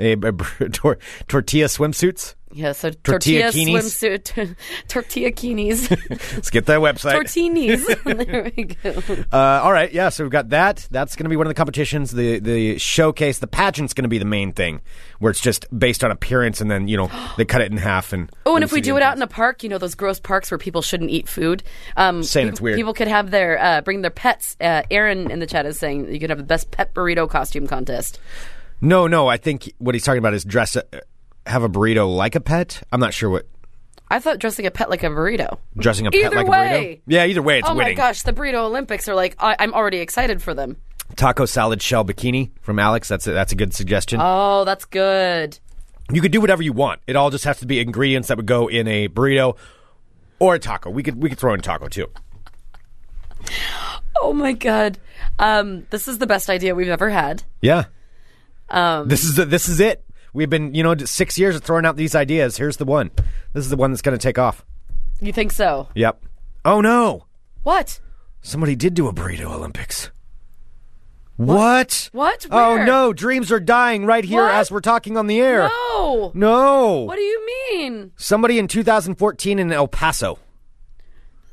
S1: A, a- tor- tortilla swimsuits.
S2: Yeah, so
S1: Tortilla
S2: tortilla,
S1: kinis?
S2: swimsuit, tortilla kinis,
S1: Let's get that website.
S2: tortinis. there we go.
S1: Uh, all right. Yeah. So we've got that. That's going to be one of the competitions. The the showcase, the pageant's going to be the main thing, where it's just based on appearance, and then you know they cut it in half. And
S2: Oh, and if we do it out in the park, you know those gross parks where people shouldn't eat food. Um,
S1: Saying
S2: peop-
S1: it's weird.
S2: People could have their uh, bring their pets. Uh, Aaron in the chat is saying you could have the best pet burrito costume contest.
S1: no, no. I think what he's talking about is dress, a, have a burrito like a pet. I'm not sure what
S2: I thought dressing a pet like a burrito.
S1: dressing a pet
S2: Either
S1: like a burrito.
S2: way.
S1: Yeah. Either way, it's
S2: oh my
S1: winning.
S2: gosh, the burrito Olympics are like I- I'm already excited for them.
S1: taco salad shell bikini from Alex. That's a, that's a good suggestion.
S2: Oh, that's good.
S1: you could do whatever you want. It all just has to be ingredients that would go in a burrito or a taco. We could we could throw in taco too.
S2: Oh my god. Um, this is the best idea we've ever had.
S1: Yeah.
S2: Um,
S1: this is the, this is it. We've been you know six years of throwing out these ideas. Here's the one. This is the one that's going to take off.
S2: You think so?
S1: Yep. Oh no!
S2: What?
S1: Somebody did do a burrito Olympics. What?
S2: What?
S1: Oh
S2: Where?
S1: no! Dreams are dying right here
S2: What?
S1: as we're talking on the air.
S2: No.
S1: No.
S2: Oh, What do you mean?
S1: Somebody in 2014 in El Paso.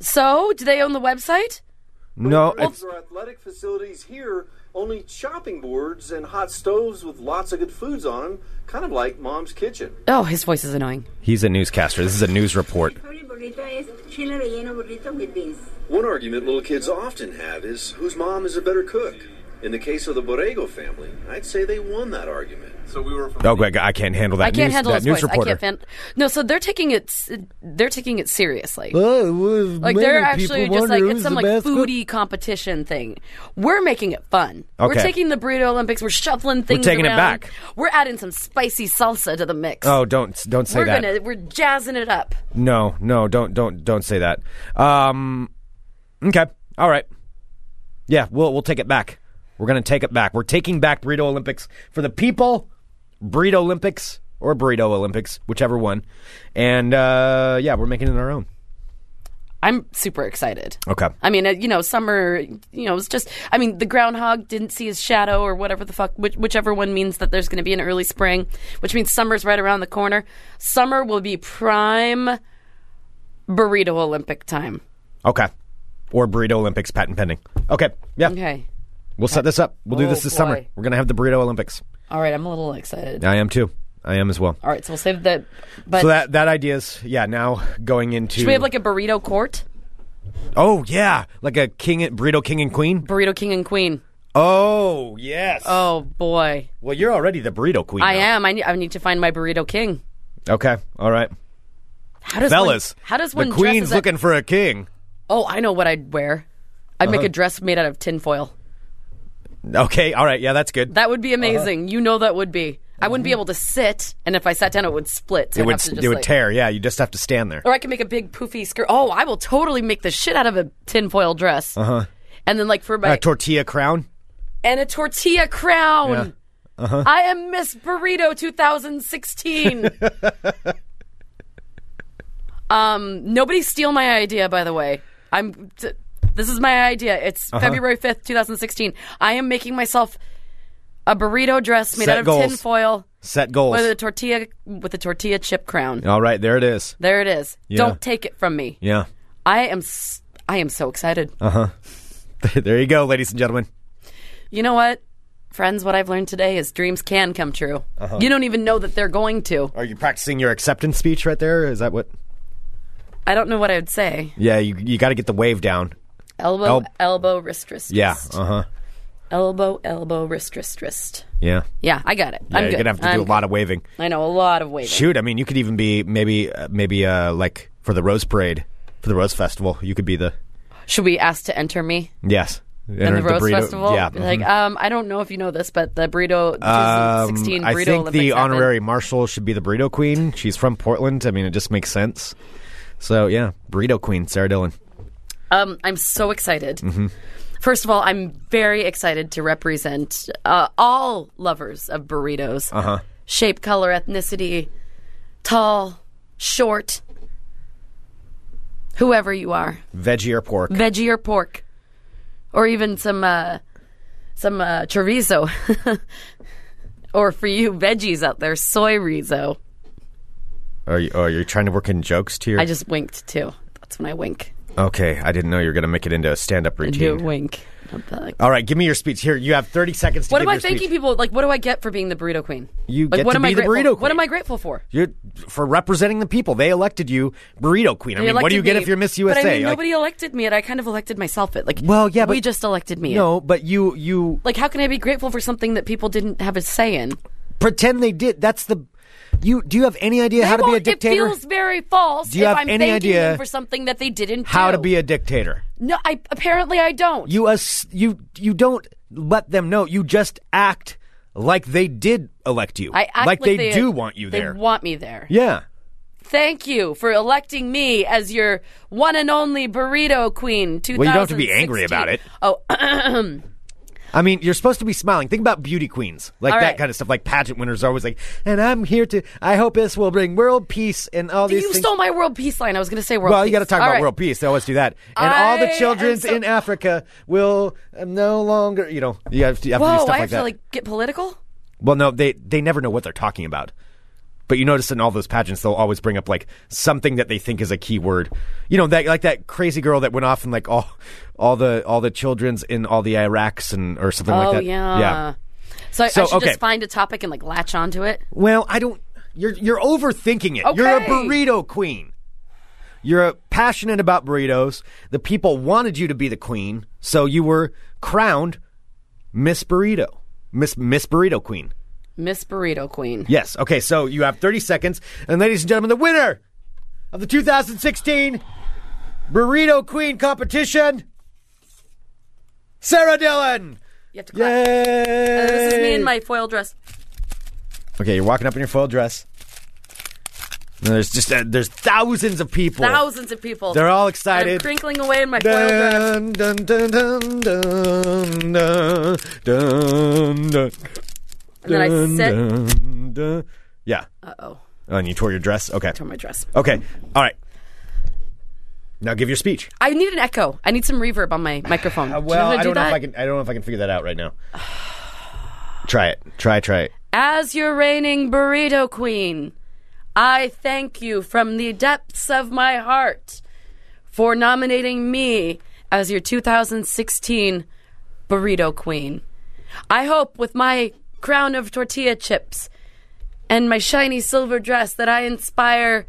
S2: So, do they own the website?
S1: No, it's,
S3: Our athletic facilities here only chopping boards and hot stoves with lots of good foods on them, kind of like mom's kitchen.
S2: Oh, his voice is annoying.
S1: he's a newscaster. This is a news report.
S4: favorite burrito es chile relleno burrito with beans.
S3: One argument little kids often have is whose mom is a better cook. In the case of the Borrego family, I'd say they won that argument. So we were
S1: Oh, Greg, I can't handle that.
S2: I can't
S1: news,
S2: handle
S1: that
S2: his
S1: news
S2: voice.
S1: reporter.
S2: I can't. Fan- no, so they're taking it. s- They're taking it seriously.
S1: like
S2: Like they're actually just like it's some like foodie competition thing. We're making it fun. We're
S1: Okay.
S2: taking the burrito Olympics. We're shuffling things.
S1: taking it
S2: around.
S1: back.
S2: We're adding some spicy salsa to the mix.
S1: Oh, don't don't say
S2: we're
S1: that.
S2: gonna we're jazzing it up.
S1: No, no, don't don't don't say that. Um, okay, all right. Yeah, we'll we'll take it back. We're gonna take it back. We're taking back burrito Olympics for the people. Burrito Olympics or burrito Olympics, whichever one. And uh, yeah, we're making it our own.
S2: I'm super excited.
S1: Okay.
S2: I mean, uh, you know, summer. You know, it's just. I mean, the groundhog didn't see his shadow, or whatever the fuck, which, whichever one means that there's going to be an early spring, which means summer's right around the corner. Summer will be prime burrito Olympic time.
S1: Okay. Or burrito Olympics patent pending. Okay. Yeah.
S2: Okay.
S1: We'll set this up. We'll do
S2: Oh,
S1: this this
S2: boy.
S1: summer. We're gonna have the burrito Olympics.
S2: All right, I'm a little excited.
S1: I am too. I am as well.
S2: All right, so we'll save that. But
S1: So that that idea's yeah now going into
S2: should we have like a burrito court,
S1: oh yeah like a king and- burrito king and queen
S2: burrito king and queen.
S1: oh yes
S2: Oh boy,
S1: well you're already the burrito queen
S2: I
S1: now.
S2: am. I need. I need to find my burrito king.
S1: okay all right
S2: How does
S1: fellas
S2: One, how does
S1: the
S2: one? dress
S1: queen's
S2: as a-
S1: looking for a king
S2: Oh, I know what I'd wear. I'd make
S1: Uh-huh.
S2: a dress made out of tinfoil.
S1: okay all right yeah that's good
S2: That would be amazing. You know that would be. I wouldn't be able to sit, and if I sat down, it would split. So
S1: Mm-hmm. it
S2: I'd
S1: would
S2: have to
S1: s-
S2: just,
S1: it would
S2: like-
S1: tear yeah you just have to stand there
S2: Or I could make a big poofy skirt. Oh, I will totally make the shit out of a tinfoil dress. Uh huh. And then like for my
S1: Uh-huh. a tortilla crown
S2: and a tortilla crown.
S1: Yeah. Uh-huh.
S2: I am Miss Burrito 2016. um, nobody steal my idea, by the way. I'm. T- this is my idea. It's
S1: Uh-huh.
S2: February 5th, 2016. I am making myself a burrito dress made
S1: Set
S2: out of
S1: goals.
S2: tinfoil
S1: set goals
S2: with a tortilla with a tortilla chip crown.
S1: all right there it is
S2: There it is.
S1: Yeah.
S2: Don't take it from me.
S1: yeah Uh.
S2: I am. S- I am so excited.
S1: there you go ladies and gentlemen
S2: you know what? Friends, what I've learned today is dreams can come true.
S1: Uh-huh.
S2: You don't even know that they're going to.
S1: are you practicing your acceptance speech right there is that what
S2: I don't know what I would say.
S1: yeah you you got to get the wave down
S2: Elbow,
S1: Elb-
S2: elbow, wrist, wrist.
S1: yeah
S2: wrist.
S1: uh huh
S2: Elbow, elbow, wrist, wrist, wrist.
S1: yeah
S2: Yeah, I got it.
S1: yeah
S2: I'm
S1: you're
S2: good.
S1: gonna have to
S2: I'm
S1: do a lot of waving.
S2: good. I know a lot of waving.
S1: Shoot, I mean, you could even be maybe uh, maybe uh, like for the Rose Parade, for the Rose Festival, you could be the
S2: Should we ask to enter me
S1: yes.
S2: in
S1: Enter
S2: the Rose
S1: burrito-
S2: Festival?
S1: Yeah,
S2: Be Like,
S1: mhm.
S2: um, I don't know if you know this, but the burrito 2016
S1: Um,
S2: burrito
S1: I think
S2: Olympics
S1: the
S2: happened.
S1: honorary marshal should be the burrito queen. She's from Portland. I mean, it just makes sense. So yeah, burrito queen Sarah Dillon.
S2: Um, I'm so excited. First of all, I'm very excited to represent uh, all lovers of burritos. Uh-huh. Shape, color, ethnicity, tall, short, whoever you are,
S1: Veggie or pork?
S2: veggie or pork, or even some uh, some uh, chorizo, or for you veggies out there, soy rizo.
S1: Are you, are you trying to work in jokes to your?
S2: Mm-hmm. I just winked too. That's when I wink.
S1: okay, I didn't know you were going to make it into a stand-up
S2: I do
S1: routine.
S2: wink. I'm like-
S1: All right, give me your speech. Here, you have thirty seconds to
S2: What
S1: give
S2: am I
S1: your
S2: thanking
S1: speech.
S2: people? Like, what do I get for being the burrito queen?
S1: You
S2: like,
S1: get
S2: what
S1: to
S2: am I
S1: be the
S2: grateful- What
S1: burrito queen.
S2: am I grateful for?
S1: You're for representing the people. They elected you, burrito queen. I
S2: They
S1: mean, what
S2: elected
S1: do you get
S2: me.
S1: if you're Miss
S2: But
S1: USA?
S2: I mean,
S1: Like-
S2: nobody elected me, and I kind of elected myself. It like,
S1: Well, yeah,
S2: we
S1: but-
S2: just elected me.
S1: No, but you you
S2: like, how can I be grateful for something that people didn't have a say in?
S1: pretend they did. That's the you. Do you have any idea how
S2: They
S1: to be a
S2: won't-
S1: dictator?
S2: It feels very false.
S1: Do you
S2: if
S1: have
S2: I'm
S1: any
S2: thanking
S1: idea
S2: them for something that they didn't
S1: how
S2: do.
S1: to be a dictator?
S2: no? I apparently I don't.
S1: You us you you don't let them know. You just act like they did elect you.
S2: I act
S1: like, they, do want you
S2: they
S1: there.
S2: want me there.
S1: yeah.
S2: Thank you for electing me as your one and only burrito queen.
S1: you don't have to be angry
S2: 2016.
S1: about it.
S2: Oh,
S1: I mean, you're supposed to be smiling. Think about beauty queens, like
S2: All
S1: that
S2: right.
S1: kind of stuff. Like pageant winners are always like, "And I'm here to. I hope this will bring world peace and all these
S2: you
S1: things."
S2: stole my world peace line. I was going to say world.
S1: well,
S2: peace.
S1: you got to talk
S2: All
S1: about
S2: right.
S1: world peace. They always do that, and all
S2: I
S1: the
S2: am
S1: childrens
S2: so-
S1: in Africa will uh, no longer. You know, you have to, you have to
S2: Whoa!
S1: do stuff
S2: I
S1: like
S2: have
S1: that.
S2: to like get political.
S1: Well, no, they they never know what they're talking about. But you notice in all those pageants, they'll always bring up like something that they think is a key word. You know, that like that crazy girl that went off and like all all the all the childrens in all the Iraqs and or something
S2: oh
S1: like that.
S2: yeah.
S1: yeah.
S2: So, I-
S1: So,
S2: I should
S1: okay.
S2: just find a topic and like latch onto it.
S1: Well, I don't. You're you're overthinking it. You're a
S2: Okay.
S1: burrito queen. You're passionate about burritos. The people wanted you to be the queen, so you were crowned Miss Burrito, Miss Miss Burrito Queen.
S2: Miss Burrito Queen.
S1: Yes. Okay. So you have 30 seconds, and ladies and gentlemen, the winner of the 2016 Burrito Queen competition, Sarah Dillon. Uh,
S2: You have to clap.
S1: Yay!
S2: This is me in my foil dress.
S1: Okay, you're walking up in your foil dress. And there's just uh, there's thousands of people.
S2: Thousands of people.
S1: They're all
S2: And
S1: excited.
S2: I'm crinkling away in my foil dress.
S1: Dun, dun, dun, dun, dun, dun, dun, dun,
S2: And then I sit.
S1: dun, dun. Yeah.
S2: Uh oh.
S1: Oh, and you tore your dress. Okay.
S2: Tore my dress.
S1: Okay. All right. Now give your speech.
S2: I need an echo. I need some reverb on my microphone. Do you know how to
S1: Uh, I
S2: do
S1: don't know
S2: that?
S1: if I can. I don't know if I can figure that out right now. try it. Try. Try it.
S2: As your reigning burrito queen, I thank you from the depths of my heart for nominating me as your 2016 burrito queen. I hope with my crown of tortilla chips and my shiny silver dress that I inspire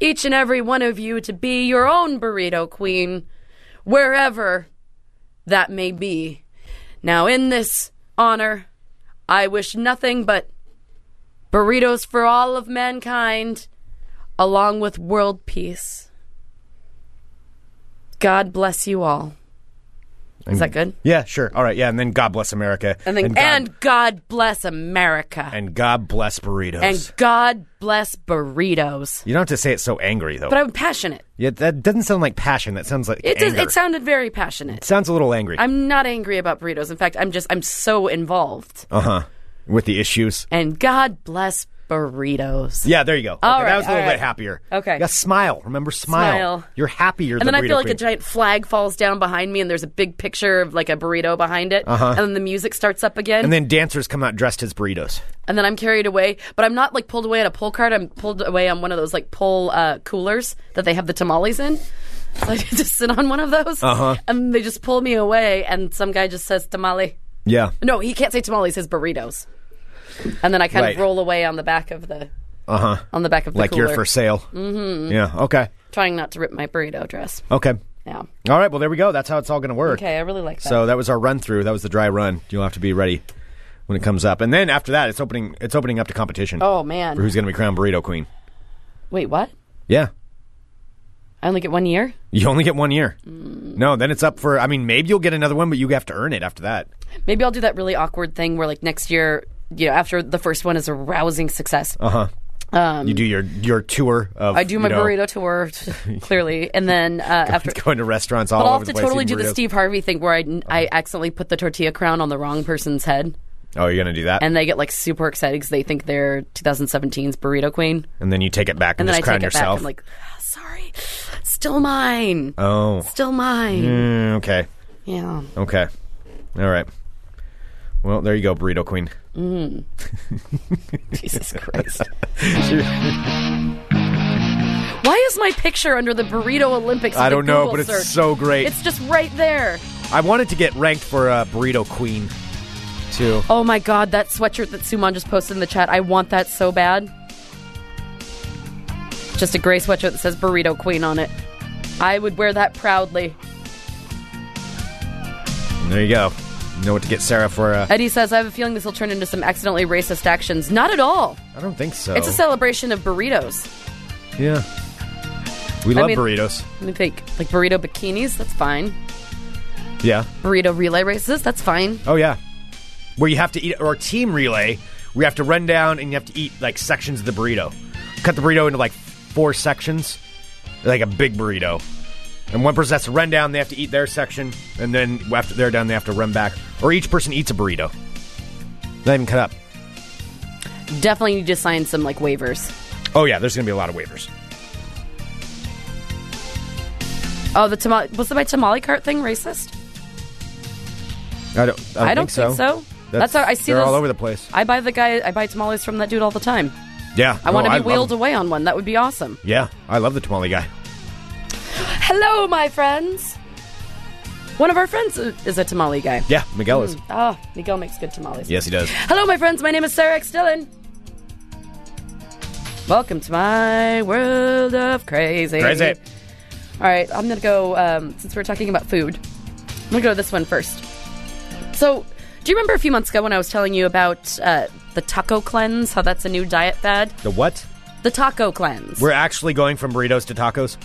S2: each and every one of you to be your own burrito queen, wherever that may be. Now, in this honor, I wish nothing but burritos for all of mankind, along with world peace. God bless you all. Is that good?
S1: Yeah. Sure. All right. Yeah. And then God bless America.
S2: And then, and
S1: God,
S2: God, bless America. And,
S1: and God bless burritos.
S2: God bless burritos.
S1: You don't have to say it so angry though.
S2: But I'm passionate.
S1: yeah, that doesn't sound like passion. That sounds like
S2: It does,
S1: anger.
S2: it sounded very passionate.
S1: sounds a little angry.
S2: I'm not angry about burritos. In fact, I'm just I'm so involved.
S1: Uh huh. With the issues.
S2: And God bless burritos.
S1: Yeah, there you go.
S2: All
S1: okay, that
S2: right,
S1: was a little
S2: all right.
S1: bit happier.
S2: Okay.
S1: Yeah, smile. Remember, smile.
S2: Smile.
S1: You're happier.
S2: And
S1: than
S2: then I
S1: burrito
S2: feel like
S1: queen.
S2: a giant flag falls down behind me, and there's a big picture of like a burrito behind it, and then the music starts up again,
S1: Uh-huh. And then dancers come out dressed as burritos.
S2: and then I'm carried away. But I'm not like pulled away on a pull cart. I'm pulled away on one of those like pull uh, coolers that they have the tamales in. So I just sit on one of those, uh-huh. and they just pull me away, and some guy just says tamale.
S1: Yeah.
S2: No, he can't say tamales. His burritos. And then I kind
S1: Right.
S2: of roll away on the back of the
S1: Uh huh.
S2: on the back of the
S1: Like
S2: cooler,
S1: you're for sale. Mm-hmm. Yeah. Okay.
S2: trying not to rip my burrito dress.
S1: Okay.
S2: Yeah.
S1: All right. Well, there we go. That's how it's all going to work.
S2: Okay, I really like that.
S1: So that was our run through. That was the dry run. You'll have to be ready when it comes up. And then after that, it's opening. It's opening up to competition.
S2: oh man.
S1: For who's going to be crowned burrito queen?
S2: Wait, what?
S1: Yeah.
S2: I only get one year.
S1: You only get one year.
S2: Mm.
S1: No, then it's up for. I mean, maybe you'll get another one, but you have to earn it after that.
S2: Maybe I'll do that really awkward thing where like next year, you know, after the first one is a rousing success,
S1: you do your your tour of.
S2: Um, I do my
S1: Oh, you know,
S2: burrito tour clearly, and then uh, after.
S1: Going to restaurants all
S2: But I'll
S1: over
S2: have
S1: the
S2: to
S1: place.
S2: totally do
S1: eating
S2: the
S1: burritos. Uh-huh.
S2: Steve Harvey thing where I, I accidentally put the tortilla crown on the wrong person's head,
S1: Oh, you're gonna do that, and,
S2: and they get like super excited because they think they're 2017's burrito queen,
S1: then you take it back
S2: and
S1: and,
S2: then I
S1: just crown
S2: take it back.
S1: yourself.
S2: I'm like, "Ah, sorry, still mine,
S1: oh,
S2: still mine.
S1: Mm, okay,
S2: Yeah,
S1: okay, all right. Well, there you go, burrito queen.
S2: Jesus Christ. Why is my picture under the burrito Olympics?
S1: I
S2: of the
S1: don't know,
S2: Google
S1: but it's
S2: search?
S1: so great.
S2: It's just right there.
S1: I wanted to get ranked for uh, burrito queen, too.
S2: Oh my god, that sweatshirt that Suman just posted in the chat. I want that so bad. Just a gray sweatshirt that says Burrito Queen on it. I would wear that proudly.
S1: There you go. You know what to get Sarah for? Uh,
S2: Eddie says, I have a feeling this will turn into some accidentally racist actions. Not at all.
S1: I don't think so.
S2: It's a celebration of burritos.
S1: yeah. We love
S2: mean-
S1: burritos.
S2: Let me think. Like burrito bikinis, that's fine. like
S1: Yeah.
S2: burrito relay races. That's fine.
S1: Oh yeah, where you have to eat or team relay, where you have to run down and you have to eat like sections of the burrito. Cut the burrito into like four sections, like a big burrito. And one person has to run down; they have to eat their section, and then after they're done, they have to run back. Or each person eats a burrito. Not even cut up.
S2: Definitely need to sign some like waivers.
S1: Oh yeah, there's gonna be a lot of waivers.
S2: Oh, the tamale was the my tamale cart thing racist?
S1: I don't. I don't,
S2: I don't think so. That's how I see
S1: They're
S2: those-
S1: all over the place.
S2: I buy the guy. I buy tamales from that dude all the time.
S1: Yeah,
S2: I want to be wheeled
S1: away.
S2: away on one. That would be awesome.
S1: Yeah, I love the tamale guy.
S2: Hello, my friends. One of our friends is a tamale guy.
S1: Yeah, Miguel is.
S2: Oh, Miguel makes good tamales.
S1: Yes, he does.
S2: Hello, my friends. My name is Sarah X. Dillon. Welcome to my world of crazy.
S1: Crazy.
S2: All right, I'm going to go, um, since we're talking about food, I'm going to go to this one first. So, do you remember a few months ago when I was telling you about uh, the taco cleanse, how that's a new diet fad?
S1: The what?
S2: The taco cleanse.
S1: We're actually going from burritos to tacos.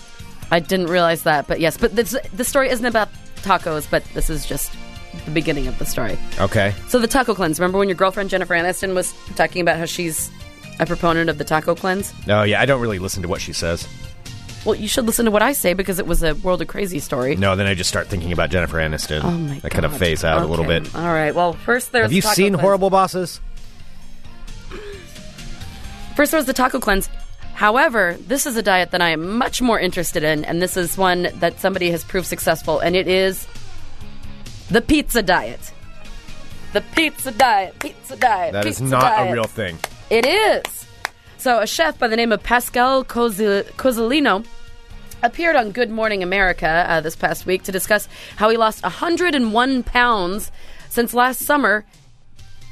S2: I didn't realize that, but yes, but this, the story isn't about tacos, but this is just the beginning of the story.
S1: Okay.
S2: So the taco cleanse. Remember when your girlfriend Jennifer Aniston was talking about how she's a proponent of the taco cleanse?
S1: No, Oh, yeah, I don't really listen to what she says.
S2: Well, you should listen to what I say because it was a world of crazy story.
S1: No, then I just start thinking about Jennifer Aniston.
S2: Oh my
S1: I
S2: god.
S1: kind of phase out a little
S2: Okay.
S1: bit.
S2: All right. Well, first there's
S1: Have you
S2: the taco
S1: seen
S2: cleanse.
S1: Horrible Bosses?
S2: First there was the taco cleanse. However, this is a diet that I am much more interested in, and this is one that somebody has proved successful, and it is the pizza diet. The pizza diet, pizza diet.
S1: That is
S2: pizza
S1: not
S2: diet.
S1: a real thing.
S2: It is. So, a chef by the name of Pascal Cosi- Cozzolino appeared on Good Morning America uh, this past week to discuss how he lost 101 pounds since last summer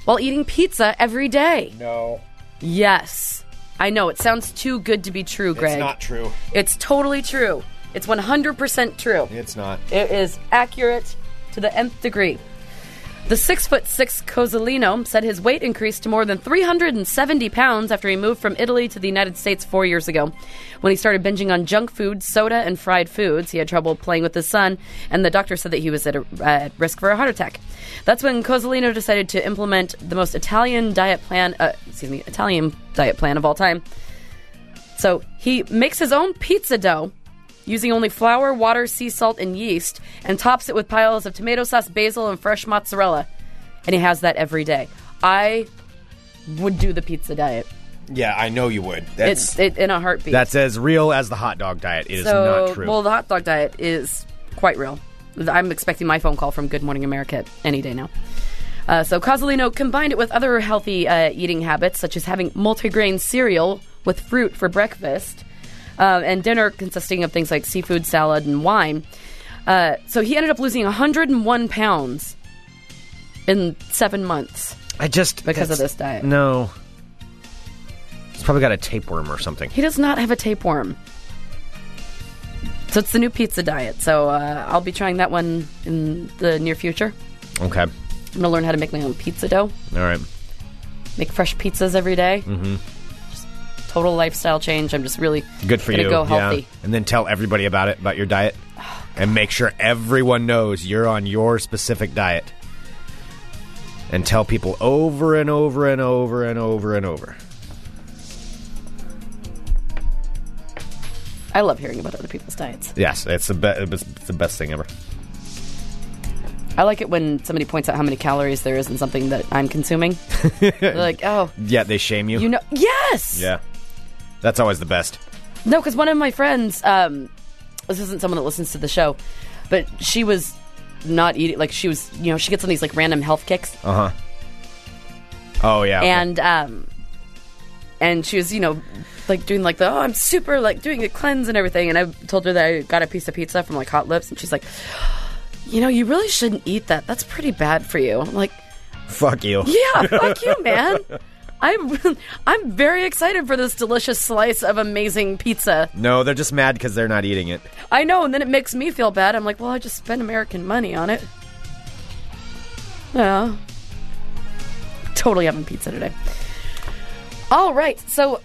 S2: while eating pizza every day.
S1: No,
S2: Yes. I know. It sounds too good to be true, Greg.
S1: true.
S2: It's totally true. It's 100% true.
S1: It's not.
S2: It is accurate to the nth degree. The six foot six Cozzolino said his weight increased to more than 370 pounds after he moved from Italy to the United States four years ago. When he started binging on junk food, soda, and fried foods, he had trouble playing with his son, and the doctor said that he was at, a, uh, at risk for a heart attack. That's when Cozzolino decided to implement the most Italian diet plan, uh, excuse me, Italian diet plan of all time. So he makes his own pizza dough using only flour, water, sea salt, and yeast, and tops it with piles of tomato sauce, basil, and fresh mozzarella. And he has that every day. I would do the pizza diet.
S1: Yeah, I know you would.
S2: It's it, in a heartbeat.
S1: that's as real as the hot dog diet. It is
S2: so.
S1: not true.
S2: Well, the hot dog diet is quite real. I'm expecting my phone call from Good Morning America any day now. Uh, so Cozzolino combined it with other healthy uh, eating habits, such as having multigrain cereal with fruit for breakfast, uh, and dinner consisting of things like seafood, salad, and wine. Uh, so he ended up losing 101 pounds in seven months.
S1: I just
S2: because of
S1: that's-
S2: this diet.
S1: No, it's probably got a tapeworm or something.
S2: He does not have a tapeworm. So it's the new pizza diet. So uh, I'll be trying that one in the near future.
S1: Okay, all
S2: I'm gonna learn how to make my own pizza dough.
S1: right.
S2: Make fresh pizzas every Mm-hmm. Just total lifestyle change. I'm just really
S1: Good for
S2: gonna
S1: you.
S2: Go healthy.
S1: Yeah. And then tell everybody about it, about your diet. and make sure everyone knows you're on your specific diet. And tell people over and over and over and over and over.
S2: I love hearing about other people's diets.
S1: Yes, it's the, be- it's the best thing ever.
S2: I like it when somebody points out how many calories there is in something that I'm consuming. They're like, oh,
S1: Yeah, they shame you.
S2: you know, yes,
S1: yeah. That's always the best.
S2: No, because one of my friends, um, this isn't someone that listens to the show, but she was not eating. Like she was, you know, she gets on these like random health kicks,
S1: Uh huh. Oh, yeah. okay.
S2: and um, and she was, you know, like doing like the oh, I'm super like doing a cleanse and everything. And I told her that I got a piece of pizza from like Hot Lips, and she's like, you know, you really shouldn't eat that. That's pretty bad for you. I'm like,
S1: Fuck you.
S2: yeah, fuck you, man. I'm I'm very excited for this delicious slice of amazing pizza.
S1: No, they're just mad because they're not eating it.
S2: I know, and then it makes me feel bad. I'm like, well, I just spent American money on it. Yeah. Totally having pizza today. All right, so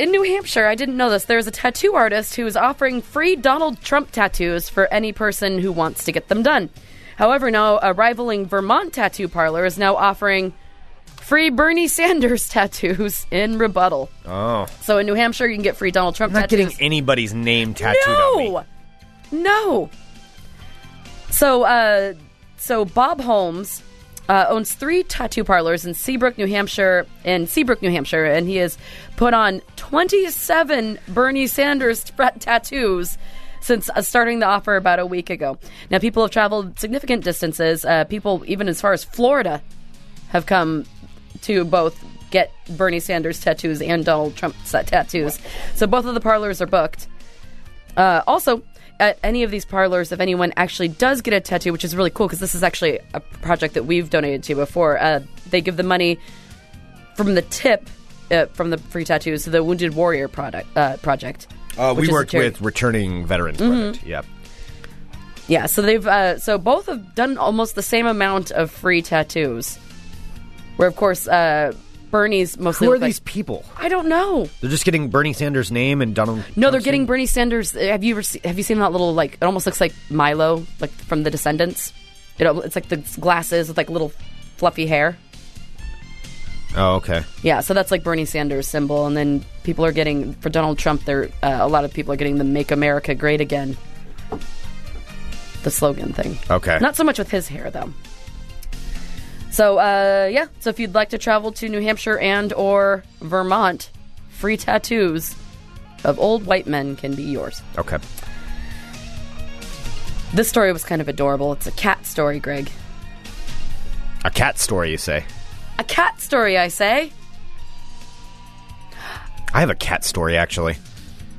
S2: in New Hampshire, I didn't know this. There is a tattoo artist who is offering free Donald Trump tattoos for any person who wants to get them done. However, now a rivaling Vermont tattoo parlor is now offering free Bernie Sanders tattoos in rebuttal.
S1: Oh,
S2: So in New Hampshire, you can get free Donald Trump
S1: I'm not
S2: tattoos.
S1: getting anybody's name tattooed on me.
S2: No, no. So, uh, so Bob Holmes uh, owns three tattoo parlors in Seabrook, New Hampshire, in Seabrook, New Hampshire, and he has put on 27 Bernie Sanders t- tattoos since uh, starting the offer about a week ago. Now, people have traveled significant distances. Uh, people, even as far as Florida, have come to both get Bernie Sanders tattoos and Donald Trump sa- tattoos. So both of the parlors are booked. Uh, also, at any of these parlors, if anyone actually does get a tattoo, which is really cool because this is actually a project that we've donated to before, uh, they give the money from the tip uh, from the free tattoos to the Wounded Warrior product uh, project.
S1: Uh,
S2: which
S1: we
S2: is a
S1: worked
S2: charity. Mm-hmm.
S1: with returning veterans. Project. Yep.
S2: Yeah, so they've uh, so both have done almost the same amount of free tattoos. Where of course uh, Bernie's mostly
S1: Who are
S2: look like-
S1: these people?
S2: I don't know.
S1: They're just getting Bernie Sanders' name and Donald.
S2: No, they're
S1: Trump's
S2: getting
S1: name?
S2: Bernie Sanders. Uh, Have you ever se- have you seen that little like it almost looks like Milo, like from The Descendants? It, al- it's like the glasses with like little fluffy hair.
S1: Oh, okay.
S2: Yeah, so that's like Bernie Sanders' symbol, and then people are getting for Donald Trump. They're uh, a lot of people are getting the "Make America Great Again," the slogan thing.
S1: Okay.
S2: Not so much with his hair though. So uh, yeah, so if you'd like to travel to New Hampshire and or Vermont, free tattoos of old white men can be yours.
S1: Okay.
S2: This story was kind of adorable. It's a cat story, Greg.
S1: A cat story, you say?
S2: A cat story, I say.
S1: I have a cat story actually.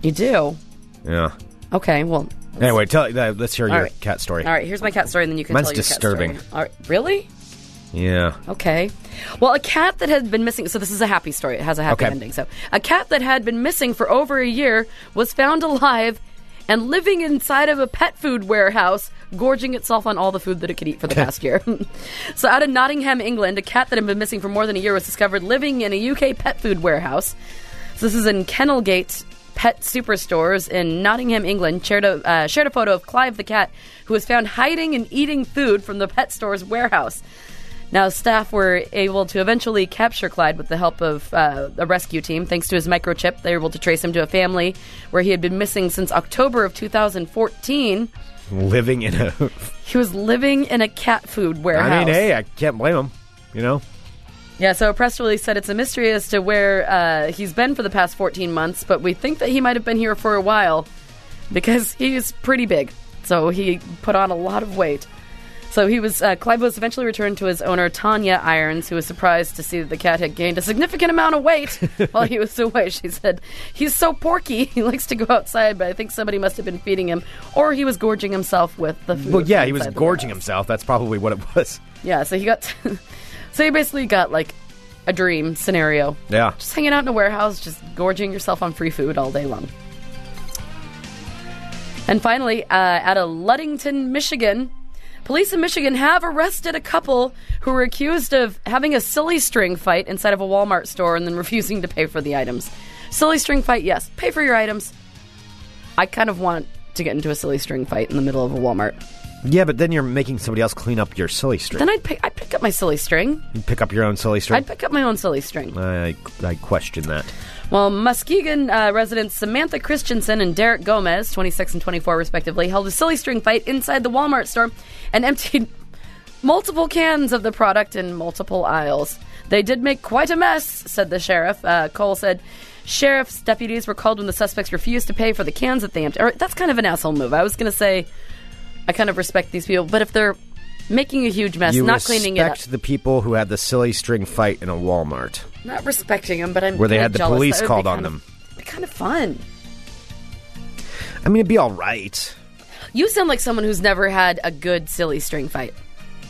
S2: You do.
S1: Yeah.
S2: Okay, well.
S1: Anyway, tell. Uh, let's hear your
S2: right.
S1: cat story.
S2: All right, here's my cat story, and then you can
S1: Mine's
S2: tell your
S1: disturbing.
S2: cat story. All right, really?
S1: Yeah.
S2: Okay. Well, a cat that had been missing. So this is a happy story. It has a happy
S1: Okay.
S2: ending. So a cat that had been missing for over a year was found alive and living inside of a pet food warehouse, gorging itself on all the food that it could eat for the past year. so out of Nottingham, England, a cat that had been missing for more than a year was discovered living in a UK pet food warehouse. So this is in Kennelgate Pet Superstores in Nottingham, England. Shared a, uh, shared a photo of Clive the cat, who was found hiding and eating food from the pet store's warehouse. Now, staff were able to eventually capture Clyde with the help of uh, a rescue team. Thanks to his microchip, they were able to trace him to a family where he had been missing since October of 2014.
S1: Living in a.
S2: He was living in a cat food warehouse.
S1: I mean, hey, I can't blame him. You know.
S2: Yeah, so a press release said it's a mystery as to where uh, he's been for the past 14 months, but we think that he might have been here for a while because he's pretty big. So he put on a lot of weight. So he was, uh, Clive was eventually returned to his owner, Tanya Irons, who was surprised to see that the cat had gained a significant amount of weight while he was away. She said, He's so porky, he likes to go outside, but I think somebody must have been feeding him, or he was gorging himself with the food.
S1: Well, yeah, he was
S2: inside the
S1: gorging
S2: warehouse.
S1: himself. That's probably what it was.
S2: Yeah, so he got, so he basically got like a dream scenario
S1: Yeah.
S2: just hanging out in a warehouse, just gorging yourself on free food all day long. And finally, uh, out of Ludington, Michigan, police in Michigan have arrested a couple who were accused of having a silly string fight inside of a Walmart store and then refusing to pay for the items. Silly string fight, yes. Pay for your items. I kind of want to get into a silly string fight in the middle of a Walmart.
S1: Yeah, but then you're making somebody else clean up your silly string.
S2: Then I'd pick, I'd pick up my silly string.
S1: You pick up your own silly string.
S2: I'd pick up my own silly string.
S1: I, I question that.
S2: Well, Muskegon uh, residents Samantha Christensen and Derek Gomez, 26 and 24 respectively, held a silly string fight inside the Walmart store and emptied multiple cans of the product in multiple aisles. They did make quite a mess, said the sheriff. Uh, Cole said sheriff's deputies were called when the suspects refused to pay for the cans that they emptied. Or, that's kind of an asshole move. I was going to say I kind of respect these people, but if they're making a huge mess,
S1: you
S2: not cleaning it up,
S1: respect the people who had the silly string fight in a Walmart.
S2: not respecting them, but I'm
S1: Where they
S2: kinda
S1: had the
S2: jealous.
S1: police
S2: That would be
S1: called on
S2: kind of-
S1: them.
S2: be Kind of fun.
S1: I mean, it'd be all right.
S2: You sound like someone who's never had a good silly string fight.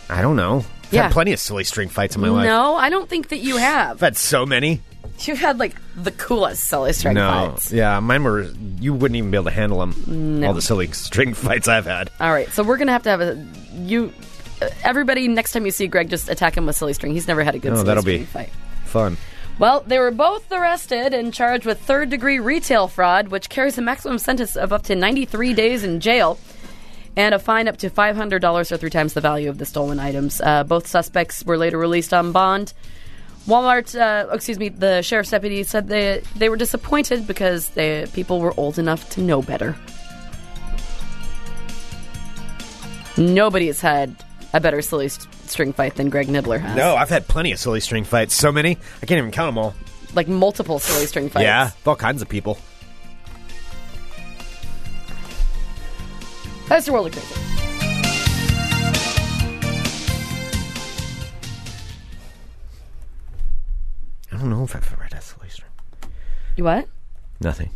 S1: I don't know. I've
S2: Yeah.
S1: had plenty of silly string fights in my life.
S2: No, I don't think that you have.
S1: I've had so many.
S2: You've had like the coolest silly string
S1: no.
S2: fights.
S1: Yeah, mine were. You wouldn't even be able to handle them. All the silly string fights I've had.
S2: All right, so we're gonna have to have a you. uh, Everybody, next time you see Greg, just attack him with silly string. He's never had a good
S1: Oh,
S2: silly
S1: that'll
S2: string
S1: be-
S2: fight.
S1: Fun.
S2: Well, they were both arrested and charged with third degree retail fraud, which carries a maximum sentence of up to 93 days in jail. and a fine up to $500 or three times the value of the stolen items. Uh, both suspects were later released on bond. Walmart, uh, excuse me, the sheriff's deputy said they they were disappointed because the people were old enough to know better. Nobody has had a better silly s- string fight than Greg Nibbler has.
S1: No, I've had plenty of silly string fights. So many, I can't even count them all.
S2: like multiple silly string fights.
S1: Yeah, with all kinds of people.
S2: that's the world of crazy.
S1: I don't know if I've ever had a silly string.
S2: You what?
S1: Nothing.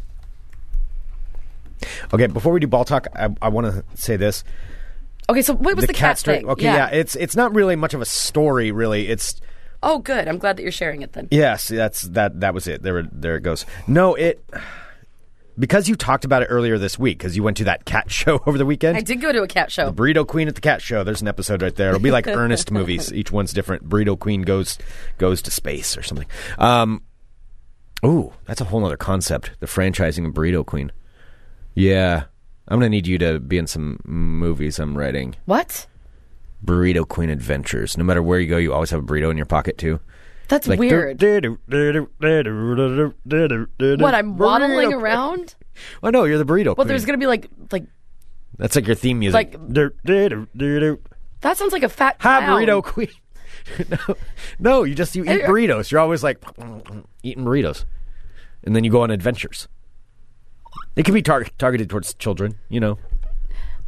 S1: Okay, before we do ball talk, I, I want to say this.
S2: Okay, so what was the, cat,
S1: story-
S2: thing?
S1: Okay, yeah. it's it's not really much of a story, really. It's
S2: oh, good. I'm glad that you're sharing it then.
S1: yes, that's that that was it. There there it goes. No, it because you talked about it earlier this week because you went to that cat show over the weekend.
S2: I did go to a cat show.
S1: Burrito Queen at the Cat Show. There's an episode right there. It'll be like Ernest movies. Each one's different. Burrito Queen goes goes to space or something. Um, ooh, that's a whole other concept. The franchising of Burrito Queen. Yeah, I'm gonna need you to be in some movies I'm writing.
S2: what?
S1: Burrito Queen adventures. No matter where you go, you always have a burrito in your pocket too.
S2: That's
S1: Like,
S2: weird. what? I'm waddling
S1: Burrito-
S2: around.
S1: Oh no, you're the burrito.
S2: Well,
S1: queen.
S2: there's gonna be like like
S1: that's like your theme music.
S2: like that sounds like a fat
S1: Hi,
S2: clown.
S1: burrito queen. no, no, you just you eat
S2: I-
S1: burritos. You're always like eating burritos, and then you go on adventures. It can be tar- targeted towards children, you know.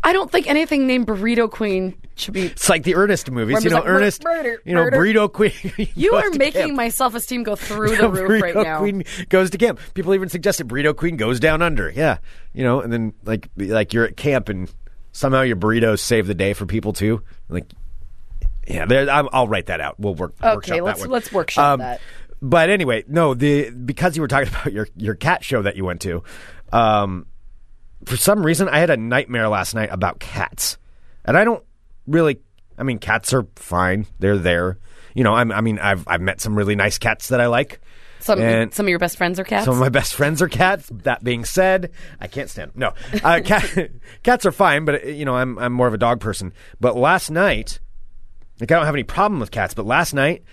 S2: I don't think anything named burrito queen should be.
S1: It's like the Ernest movies,
S2: Where I'm
S1: you know.
S2: just like, mur-
S1: Ernest,
S2: murder,
S1: you know,
S2: murder.
S1: burrito queen.
S2: You
S1: goes
S2: are
S1: to
S2: making
S1: camp.
S2: my self esteem go through the roof right
S1: burrito
S2: now.
S1: queen goes to camp. People even suggested burrito queen goes down under. Yeah, you know, and then like like you're at camp and somehow your burritos save the day for people too. Like, yeah, there. I'm, I'll write that out. We'll work. workshop
S2: Okay,
S1: that
S2: let's
S1: one.
S2: let's workshop
S1: Um,
S2: that.
S1: But anyway, no, the because you were talking about your your cat show that you went to, um, for some reason I had a nightmare last night about cats, and I don't really. I mean, cats are fine; they're there. You know, I'm, I mean, I've I've met some really nice cats that I like.
S2: Some
S1: and-
S2: some of your best friends are cats.
S1: Some of my best friends are cats. That being said, I can't stand them. No, uh, cat, cats are fine, but uh, you know, I'm I'm more of a dog person. But last night, like I don't have any problem with cats, but last night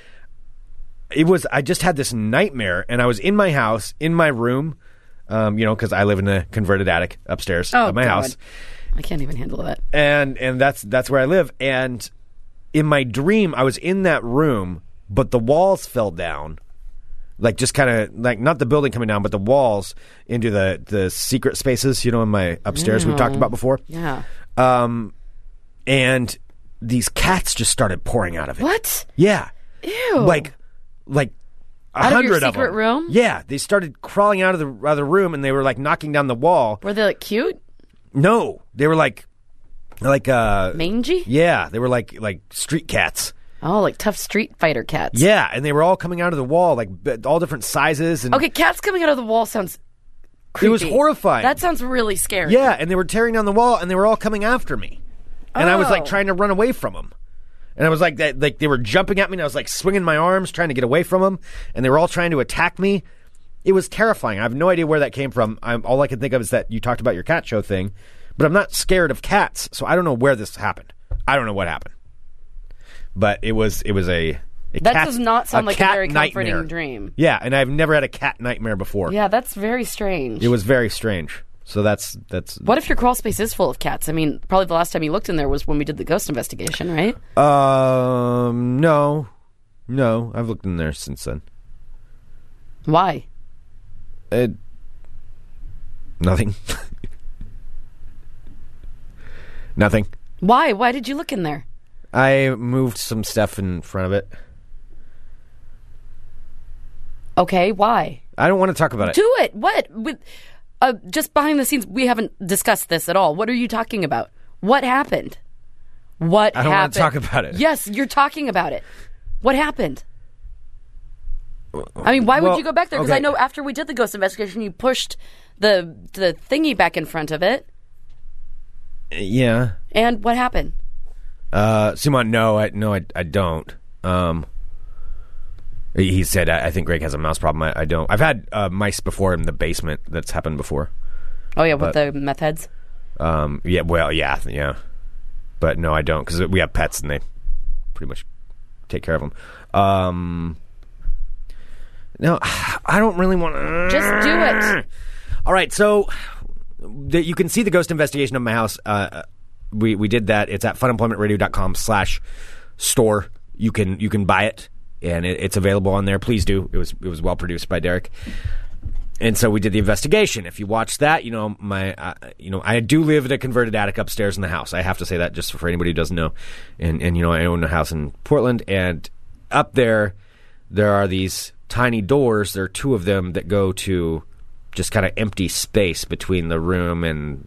S1: it was I just had this nightmare, and I was in my house, in my room, um, you know, because I live in a converted attic upstairs
S2: oh
S1: of my
S2: God.
S1: house,
S2: I can't even handle that.
S1: and and that's that's where I live. And in my dream, I was in that room, but the walls fell down, like just kind of like not the building coming down, but the walls into the the secret spaces. You know, in my upstairs we've talked about before,
S2: Yeah.
S1: and these cats just started pouring out of it.
S2: What?
S1: Yeah,
S2: Ew.
S1: like like. A
S2: Out of your
S1: hundred
S2: secret
S1: them.
S2: room?
S1: Yeah, they started crawling out of the out of the room, and they were like knocking down the wall.
S2: were they like cute,
S1: No, they were like, like uh,
S2: mangy?
S1: yeah, they were like like street cats.
S2: Oh, like tough street fighter cats.
S1: Yeah, and they were all coming out of the wall, like b- all different sizes. And
S2: Okay, cats coming out of the wall sounds creepy.
S1: it was horrifying.
S2: That sounds really scary.
S1: yeah, and they were tearing down the wall, and they were all coming after me, and I was like
S2: Oh.
S1: trying to run away from them. And I was like, that, like they were jumping at me, and I was like swinging my arms, trying to get away from them, and they were all trying to attack me. It was terrifying. I have no idea where that came from. I'm, all I can think of is that you talked about your cat show thing, but I'm not scared of cats, so I don't know where this happened. I don't know what happened, but it was it was a, a
S2: That
S1: cat-
S2: does not sound
S1: a
S2: like a
S1: cat
S2: very comforting
S1: nightmare.
S2: dream.
S1: Yeah, and I've never had a cat nightmare before.
S2: Yeah, that's very strange.
S1: It was very strange. So that's that's
S2: what if your crawl space is full of cats? I mean, probably the last time you looked in there was when we did the ghost investigation, right?
S1: um no. No, I've looked in there since then.
S2: Why?
S1: It nothing. nothing.
S2: Why? Why did you look in there?
S1: I moved some stuff in front of it.
S2: Okay, why?
S1: I don't want to talk about it.
S2: Do it. What? With uh, just behind the scenes, we haven't discussed this at all. What are you talking about? What happened? What
S1: I don't wanna
S2: happened?
S1: talk about it.
S2: Yes, you're talking about it. What happened? I mean, why
S1: Well,
S2: would you go back there? Because I
S1: okay.
S2: know after we did the ghost investigation, you pushed the the thingy back in front of it.
S1: Yeah.
S2: And what happened?
S1: Uh Sumon, no, I no I I don't. Um he he said, I I think Greg has a mouse problem. I, I don't. I've had uh, mice before in the basement. That's happened before.
S2: Oh yeah, with the meth heads.
S1: Um, yeah, well, yeah, yeah. But no, I don't because we have pets and they pretty much take care of them. Um, no, I don't really want to.
S2: Just do it.
S1: All right, so that you can see the ghost investigation of my house. Uh, we we did that. It's at funemploymentradio.com slash store. You can you can buy it, and it, it's available on there. Please do. It was it was well produced by Derek. And so we did the investigation. If you watch that, you know my, uh, you know I do live in a converted attic upstairs in the house. I have to say that just for anybody who doesn't know. And and you know I own a house in Portland, and up there there are these tiny doors. There are two of them that go to just kind of empty space between the room and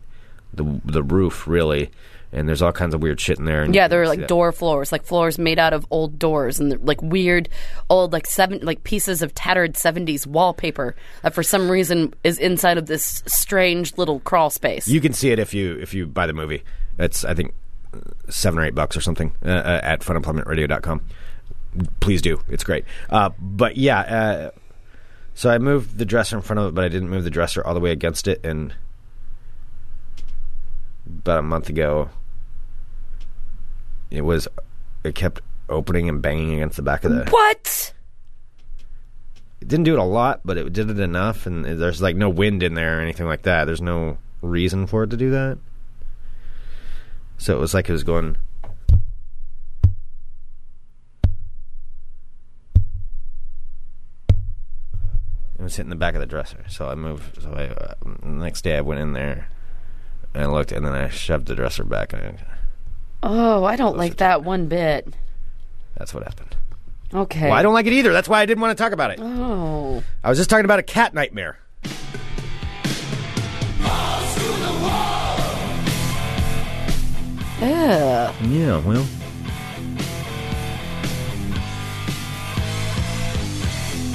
S1: the the roof, really. And there's all kinds of weird shit in there. And
S2: Yeah,
S1: you
S2: there
S1: can
S2: were
S1: see
S2: like
S1: that.
S2: door floors, like floors made out of old doors and like weird old like seven like pieces of tattered seventies wallpaper that for some reason is inside of this strange little crawl space.
S1: You can see it if you if you buy the movie. It's I think uh, seven or eight bucks or something uh, uh, at funemploymentradio.com. Please do. It's great. Uh, but yeah, uh, so I moved the dresser in front of it, but I didn't move the dresser all the way against it. And about a month ago, it was it kept opening and banging against the back of the.
S2: what?
S1: It didn't do it a lot, but it did it enough. And there's like no wind in there or anything like that. There's no reason for it to do that. So it was like it was going. It was hitting the back of the dresser. So I moved. So I, uh, the next day I went in there and I looked, and then I shoved the dresser back. And I,
S2: Oh, I don't like that one bit.
S1: that's what happened.
S2: Okay.
S1: Well, I don't like it either. That's why I didn't want to talk about it.
S2: Oh.
S1: I was just talking about a cat nightmare.
S2: Ugh.
S1: Yeah, well.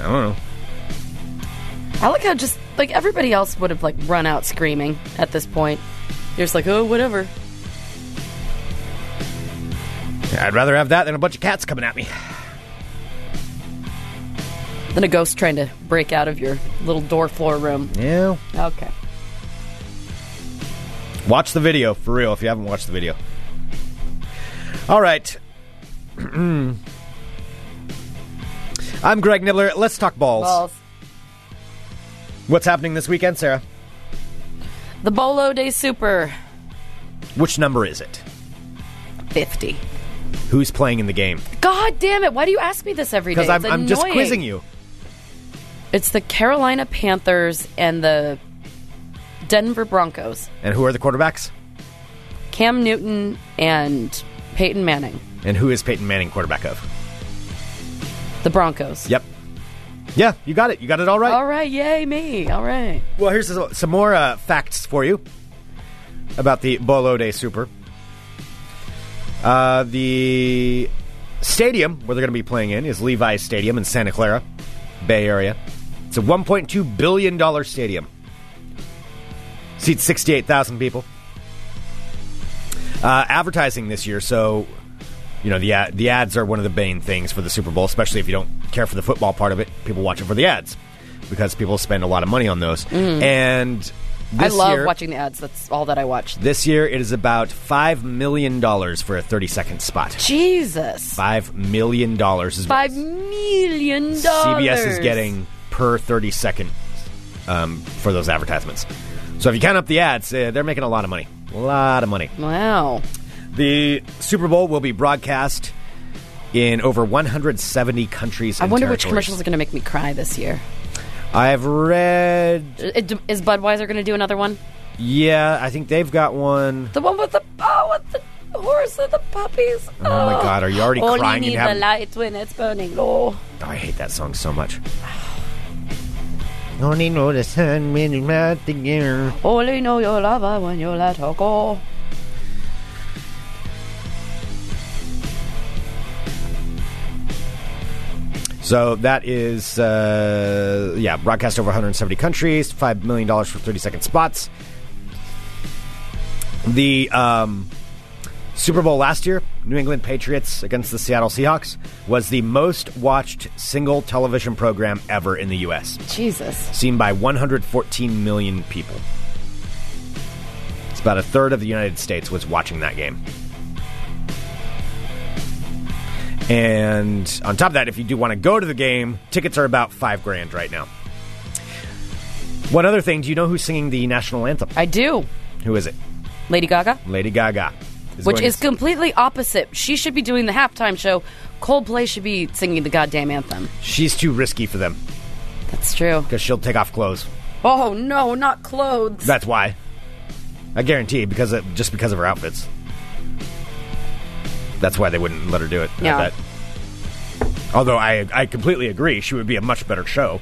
S1: I don't know.
S2: I like how just like everybody else would have like run out screaming at this point. You're just like, oh, whatever.
S1: I'd rather have that than a bunch of cats coming at me.
S2: Then a ghost trying to break out of your little door floor room.
S1: Yeah.
S2: Okay.
S1: Watch the video, for real, if you haven't watched the video. All right. I'm Greg Nibbler. Let's talk balls.
S2: Balls.
S1: What's happening this weekend, Sarah?
S2: The Bolo Day Super
S1: Which number is it?
S2: 50.
S1: Who's playing in the game?
S2: God damn it. Why do you ask me this every day?
S1: Because I'm,
S2: It's
S1: I'm just
S2: annoying.
S1: quizzing you.
S2: It's the Carolina Panthers and the Denver Broncos.
S1: And who are the quarterbacks?
S2: Cam Newton and Peyton Manning.
S1: And who is Peyton Manning quarterback of?
S2: The Broncos.
S1: Yep. Yeah, you got it. You got it all right.
S2: All right. Yay, me. All right.
S1: Well, here's some more uh, facts for you about the Bolo Day Super. Uh, the stadium where they're going to be playing in is Levi's Stadium in Santa Clara, Bay Area. It's a $1.2 billion stadium. Seats 68,000 people. Uh, advertising this year, so you know the ad, the ads are one of the main things for the Super Bowl, especially if you don't care for the football part of it. People watch it for the ads because people spend a lot of money on those. And this
S2: Mm. I love
S1: year,
S2: watching the ads. That's all that I watch.
S1: This year, it is about five million dollars for a thirty second spot.
S2: Jesus.
S1: Five million dollars is
S2: Five
S1: what
S2: million dollars.
S1: CBS is getting per thirty second um, for those advertisements. So if you count up the ads, uh, they're making a lot of money. A lot of money.
S2: Wow.
S1: The Super Bowl will be broadcast in over 170 countries.
S2: I
S1: and
S2: wonder which
S1: territories.
S2: commercials are going to make me cry this year.
S1: I've read.
S2: Is is Budweiser going to do another one?
S1: Yeah, I think they've got one.
S2: The one with the oh, with the horse and the puppies. Oh,
S1: my God, are you already
S2: Only
S1: crying and
S2: need
S1: haven't-
S2: the light when it's burning low.
S1: Oh, I hate that song so much. Only know the sun when it's not the year.
S2: Only know your lover when you let her go.
S1: So that is, uh, yeah, broadcast over 170 countries, $5 million for 30 second spots. The um, Super Bowl last year, New England Patriots against the Seattle Seahawks, was the most watched single television program ever in the U.S.,
S2: Jesus.
S1: seen by 114 million people. About a third of the United States was watching that game. And on top of that, if you do want to go to the game, tickets are about five grand right now. One other thing, do you know who's singing the national anthem?
S2: I do.
S1: Who is it?
S2: Lady Gaga,
S1: Lady Gaga.
S2: which
S1: going
S2: is
S1: to-
S2: completely opposite. She should be doing the halftime show. Coldplay should be singing the goddamn anthem.
S1: She's too risky for them
S2: That's true.
S1: because she'll take off clothes.
S2: Oh no, not clothes.
S1: That's why. I guarantee because of, just because of her outfits. That's why they wouldn't let her do it. I
S2: Yeah.
S1: bet. Although I I completely agree, she would be a much better show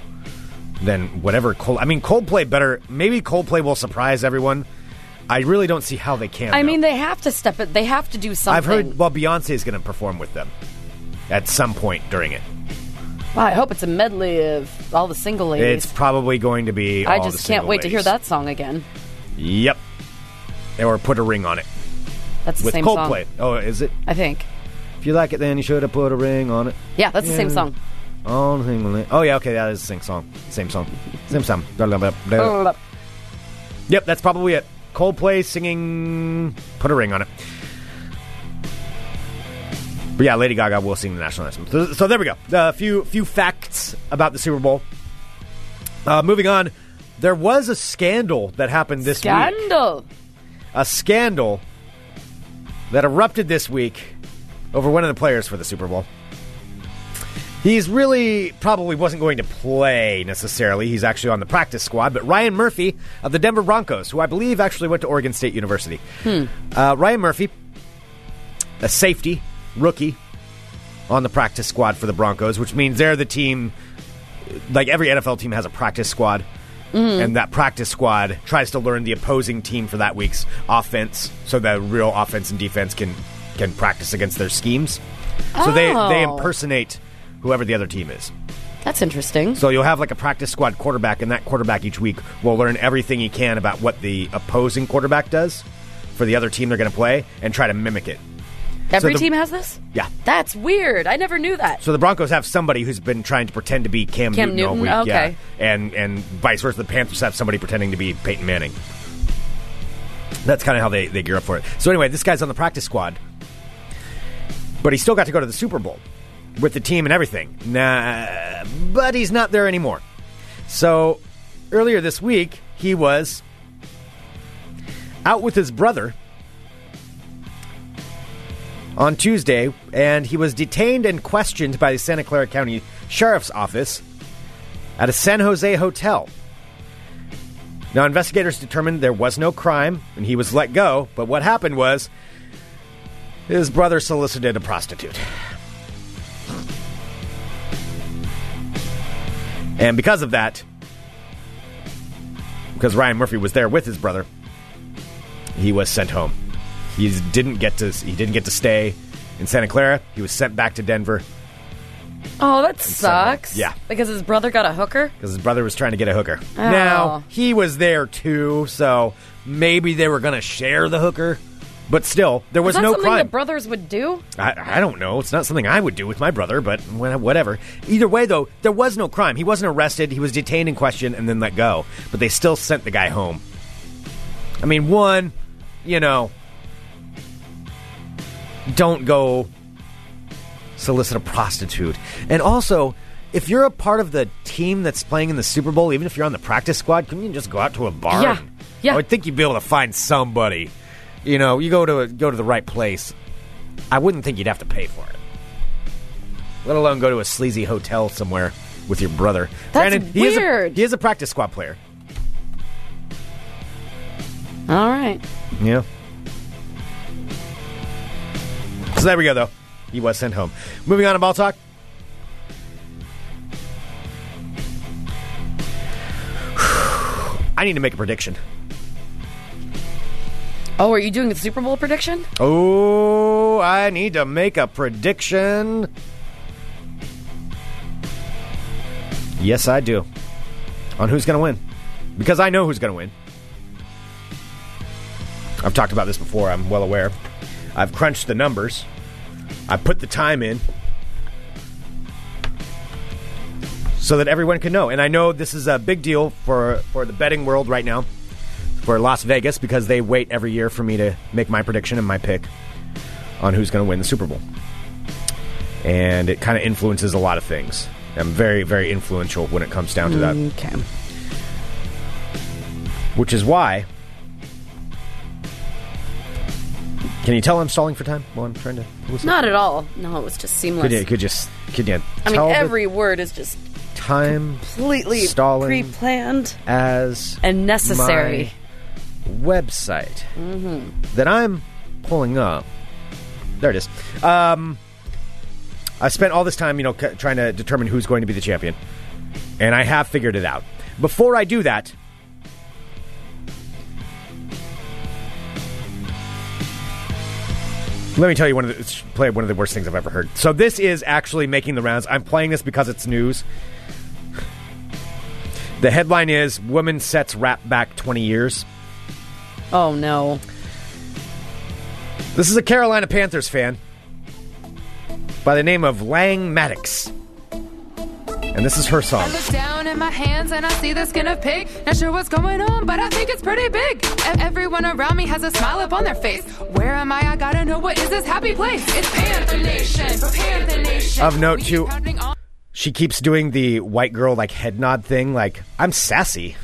S1: than whatever Cold. I mean, Coldplay better. Maybe Coldplay will surprise everyone. I really don't see how they can.
S2: I
S1: though.
S2: mean, they have to step it. They have to do something.
S1: I've heard. Well, Beyonce is going to perform with them at some point during it.
S2: Wow, I hope it's a medley of all the single ladies.
S1: It's probably going to be.
S2: I
S1: all
S2: just
S1: the
S2: can't
S1: single
S2: wait to hear
S1: ladies.
S2: that song again.
S1: Yep. Or put a ring on it
S2: That's the
S1: with
S2: same
S1: Coldplay.
S2: song.
S1: Oh, is it?
S2: I think.
S1: If you like it, then you should have put a ring on it.
S2: Yeah, that's the same
S1: Yeah.
S2: song.
S1: On thing- Oh yeah, okay, that is the same song. Same song. Same song. Blah, blah, blah, blah.
S2: Oh.
S1: Yep, that's probably it. Coldplay singing. Put a ring on it. But yeah, Lady Gaga will sing the national anthem. So, so there we go. A few few facts about the Super Bowl. Uh, moving on, there was a scandal that happened this week.
S2: Scandal.
S1: a scandal that erupted this week over one of the players for the Super Bowl. He's really probably wasn't going to play necessarily. He's actually on the practice squad, but Ryan Murphy of the Denver Broncos, who I believe actually went to Oregon State University. Uh, Ryan Murphy, a safety rookie on the practice squad for the Broncos, which means they're the team. Like every NFL team has a practice squad, and that practice squad tries to learn the opposing team for that week's offense, so the real offense and defense can can practice against their schemes. So they they
S2: Oh.
S1: impersonate whoever the other team is.
S2: That's interesting.
S1: So you'll have like a practice squad quarterback, and that quarterback each week will learn everything he can about what the opposing quarterback does for the other team they're going to play, and try to mimic it.
S2: Every
S1: the-
S2: team has this?
S1: Yeah.
S2: That's weird. I never knew that.
S1: So the Broncos have somebody who's been trying to pretend to be Cam,
S2: Cam
S1: Newton, all
S2: Newton,
S1: week,
S2: okay.
S1: yeah, and and vice versa. The Panthers have somebody pretending to be Peyton Manning. That's kind of how they they gear up for it. So anyway, this guy's on the practice squad, but he still got to go to the Super Bowl with the team and everything. Nah, but he's not there anymore. So earlier this week, he was out with his brother on Tuesday, and he was detained and questioned by the Santa Clara County Sheriff's Office at a San Jose hotel. Now, investigators determined there was no crime, and he was let go, but what happened was his brother solicited a prostitute. And because of that, because Ryan Murphy was there with his brother, he was sent home. He didn't get to he didn't get to stay in Santa Clara. He was sent back to Denver
S2: Oh, that sucks.
S1: yeah.
S2: Because his brother got a hooker?
S1: because his brother was trying to get a hooker.
S2: Oh.
S1: Now he was there too, so maybe they were going to share the hooker. But still, there
S2: Is
S1: was
S2: that
S1: no
S2: something
S1: crime.
S2: that brothers would do?
S1: I, I don't know. It's not something I would do with my brother, but wha- whatever. Either way, though, there was no crime. He wasn't arrested. He was detained in question and then let go. But they still sent the guy home. I mean, one, you know, don't go solicit a prostitute. And also, if you're a part of the team that's playing in the Super Bowl, even if you're on the practice squad, can you just go out to a bar?
S2: Yeah.
S1: and-
S2: Yeah.
S1: I would think you'd be able to find somebody. You know, you go to a, go to the right place. I wouldn't think you'd have to pay for it. Let alone go to a sleazy hotel somewhere with your brother.
S2: That's
S1: he is a-
S2: weird.
S1: he is a practice squad player.
S2: All right.
S1: Yeah. So there we go, though. He was sent home. Moving on to ball talk. I need to make a prediction.
S2: Oh, are you doing the Super Bowl prediction?
S1: Oh, I need to make a prediction. Yes, I do. On who's going to win. Because I know who's going to win. I've talked about this before, I'm well aware. I've crunched the numbers, I put the time in. So that everyone can know. And I know this is a big deal for, for the betting world right now for Las Vegas because they wait every year for me to make my prediction and my pick on who's going to win the Super Bowl. And it kind of influences a lot of things. I'm very, very influential when it comes down to that
S2: Okay.
S1: which is why. Can you tell I'm stalling for time? Well, I'm trying to. Listen.
S2: Not at all. No, it was just seamless.
S1: Could you could just could you
S2: I mean,
S1: tell the
S2: every word is just
S1: time
S2: completely
S1: Stalling.
S2: pre-planned
S1: as
S2: and necessary. Mm-hmm.
S1: my website that I'm pulling up. There it is. Um, I spent all this time, you know, c- trying to determine who's going to be the champion, and I have figured it out. Before I do that, let me tell you one of the play one of the worst things I've ever heard. So this is actually making the rounds. I'm playing this because it's news. The headline is Woman Sets Rap Back 20 Years.
S2: Oh no.
S1: This is a Carolina Panthers fan by the name of Lang Maddox. And this is her song.
S5: I look down at my hands and I see the skin of pig. Not sure what's going on, but I think it's pretty big. E- Everyone around me has a smile up on their face. Where am I? I gotta know what is this happy place? It's Panther Nation. Panther Nation.
S1: Of note,
S5: We
S1: too-
S5: keep pounding on-
S1: She keeps doing the white girl like head nod thing, like, I'm sassy.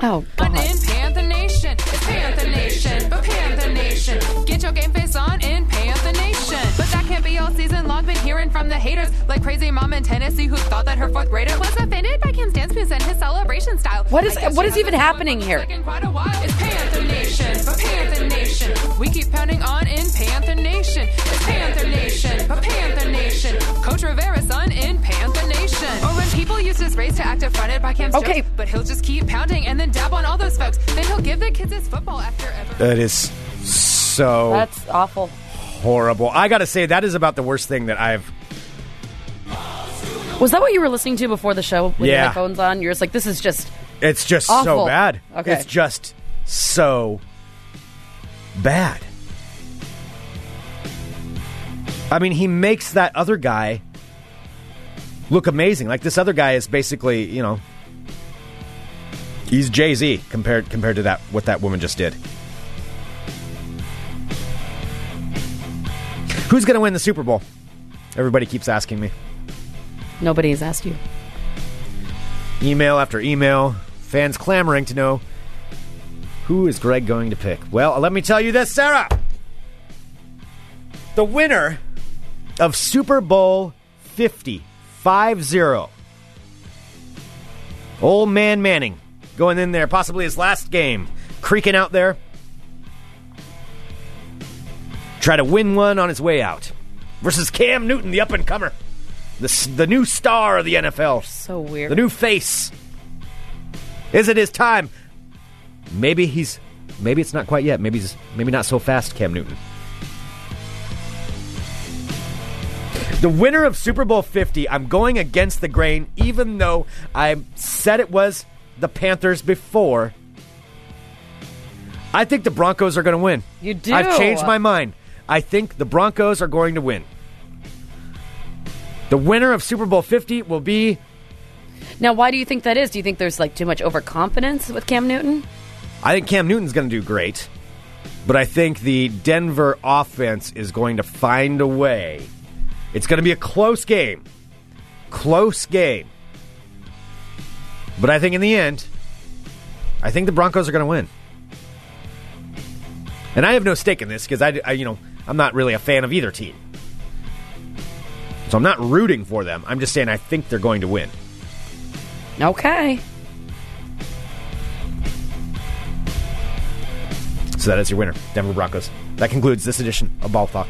S2: Oh
S5: on
S2: god.
S5: in Panther Nation. It's Panther Nation. But Panther Nation. Get your game face on in Panther Nation. But that can't be all season long. Been hearing from the haters like crazy mom in Tennessee who thought that her fourth grader was offended by Kim's dance moves and his celebration style.
S2: What is-
S5: I guess
S2: what
S5: she
S2: is even
S5: hasn't
S2: happening
S5: won
S2: here?
S5: one in quite a while. It's Panther Nation. But Panther Nation. We keep pounding on in Panther Nation. It's Panther Nation. But Panther Nation. Coach Rivera's son in Panther Nation. Or when people use his race to act affronted by Kim's
S2: Okay.
S5: jokes, but he'll just keep pounding and then dab on all those folks. Then he'll give the kids his football after every.
S1: That is so
S2: That's awful.
S1: horrible. I gotta say, that is about the worst thing that I've.
S2: Was that what you were listening to before the show with
S1: Yeah.
S2: your headphones on? You're just like, this is just
S1: It's just so
S2: Awful.
S1: bad.
S2: Okay.
S1: It's just so bad. I mean, he makes that other guy look amazing. Like this other guy is basically, you know, he's Jay Z compared compared to that what that woman just did. Who's going to win the Super Bowl? Everybody keeps asking me.
S2: nobody's asked you.
S1: email after email, fans clamoring to know who is Greg going to pick. Well, let me tell you this, Sarah. The winner of Super Bowl 50, 5-0. Old man Manning going in there, possibly his last game, creaking out there. Try to win one on his way out versus Cam Newton, the up and comer, the, s- the new star of the NFL.
S2: So weird.
S1: The new face. Is it his time? Maybe he's. Maybe it's not quite yet. Maybe he's. Maybe not so fast, Cam Newton. The winner of Super Bowl 50, I'm going against the grain, even though I said it was the Panthers before. I think the Broncos are going to win.
S2: You do.
S1: I've changed my mind. I think the Broncos are going to win. The winner of Super Bowl 50 will be
S2: Now, why do you think that is? Do you think there's like too much overconfidence with Cam Newton?
S1: I think Cam Newton's going to do great, but I think the Denver offense is going to find a way. It's going to be a close game. Close game. But I think in the end, I think the Broncos are going to win. And I have no stake in this because I, I, you know, I'm not really a fan of either team. So I'm not rooting for them. I'm just saying I think they're going to win.
S2: Okay.
S1: So that is your winner, Denver Broncos. That concludes this edition of Ball Talk.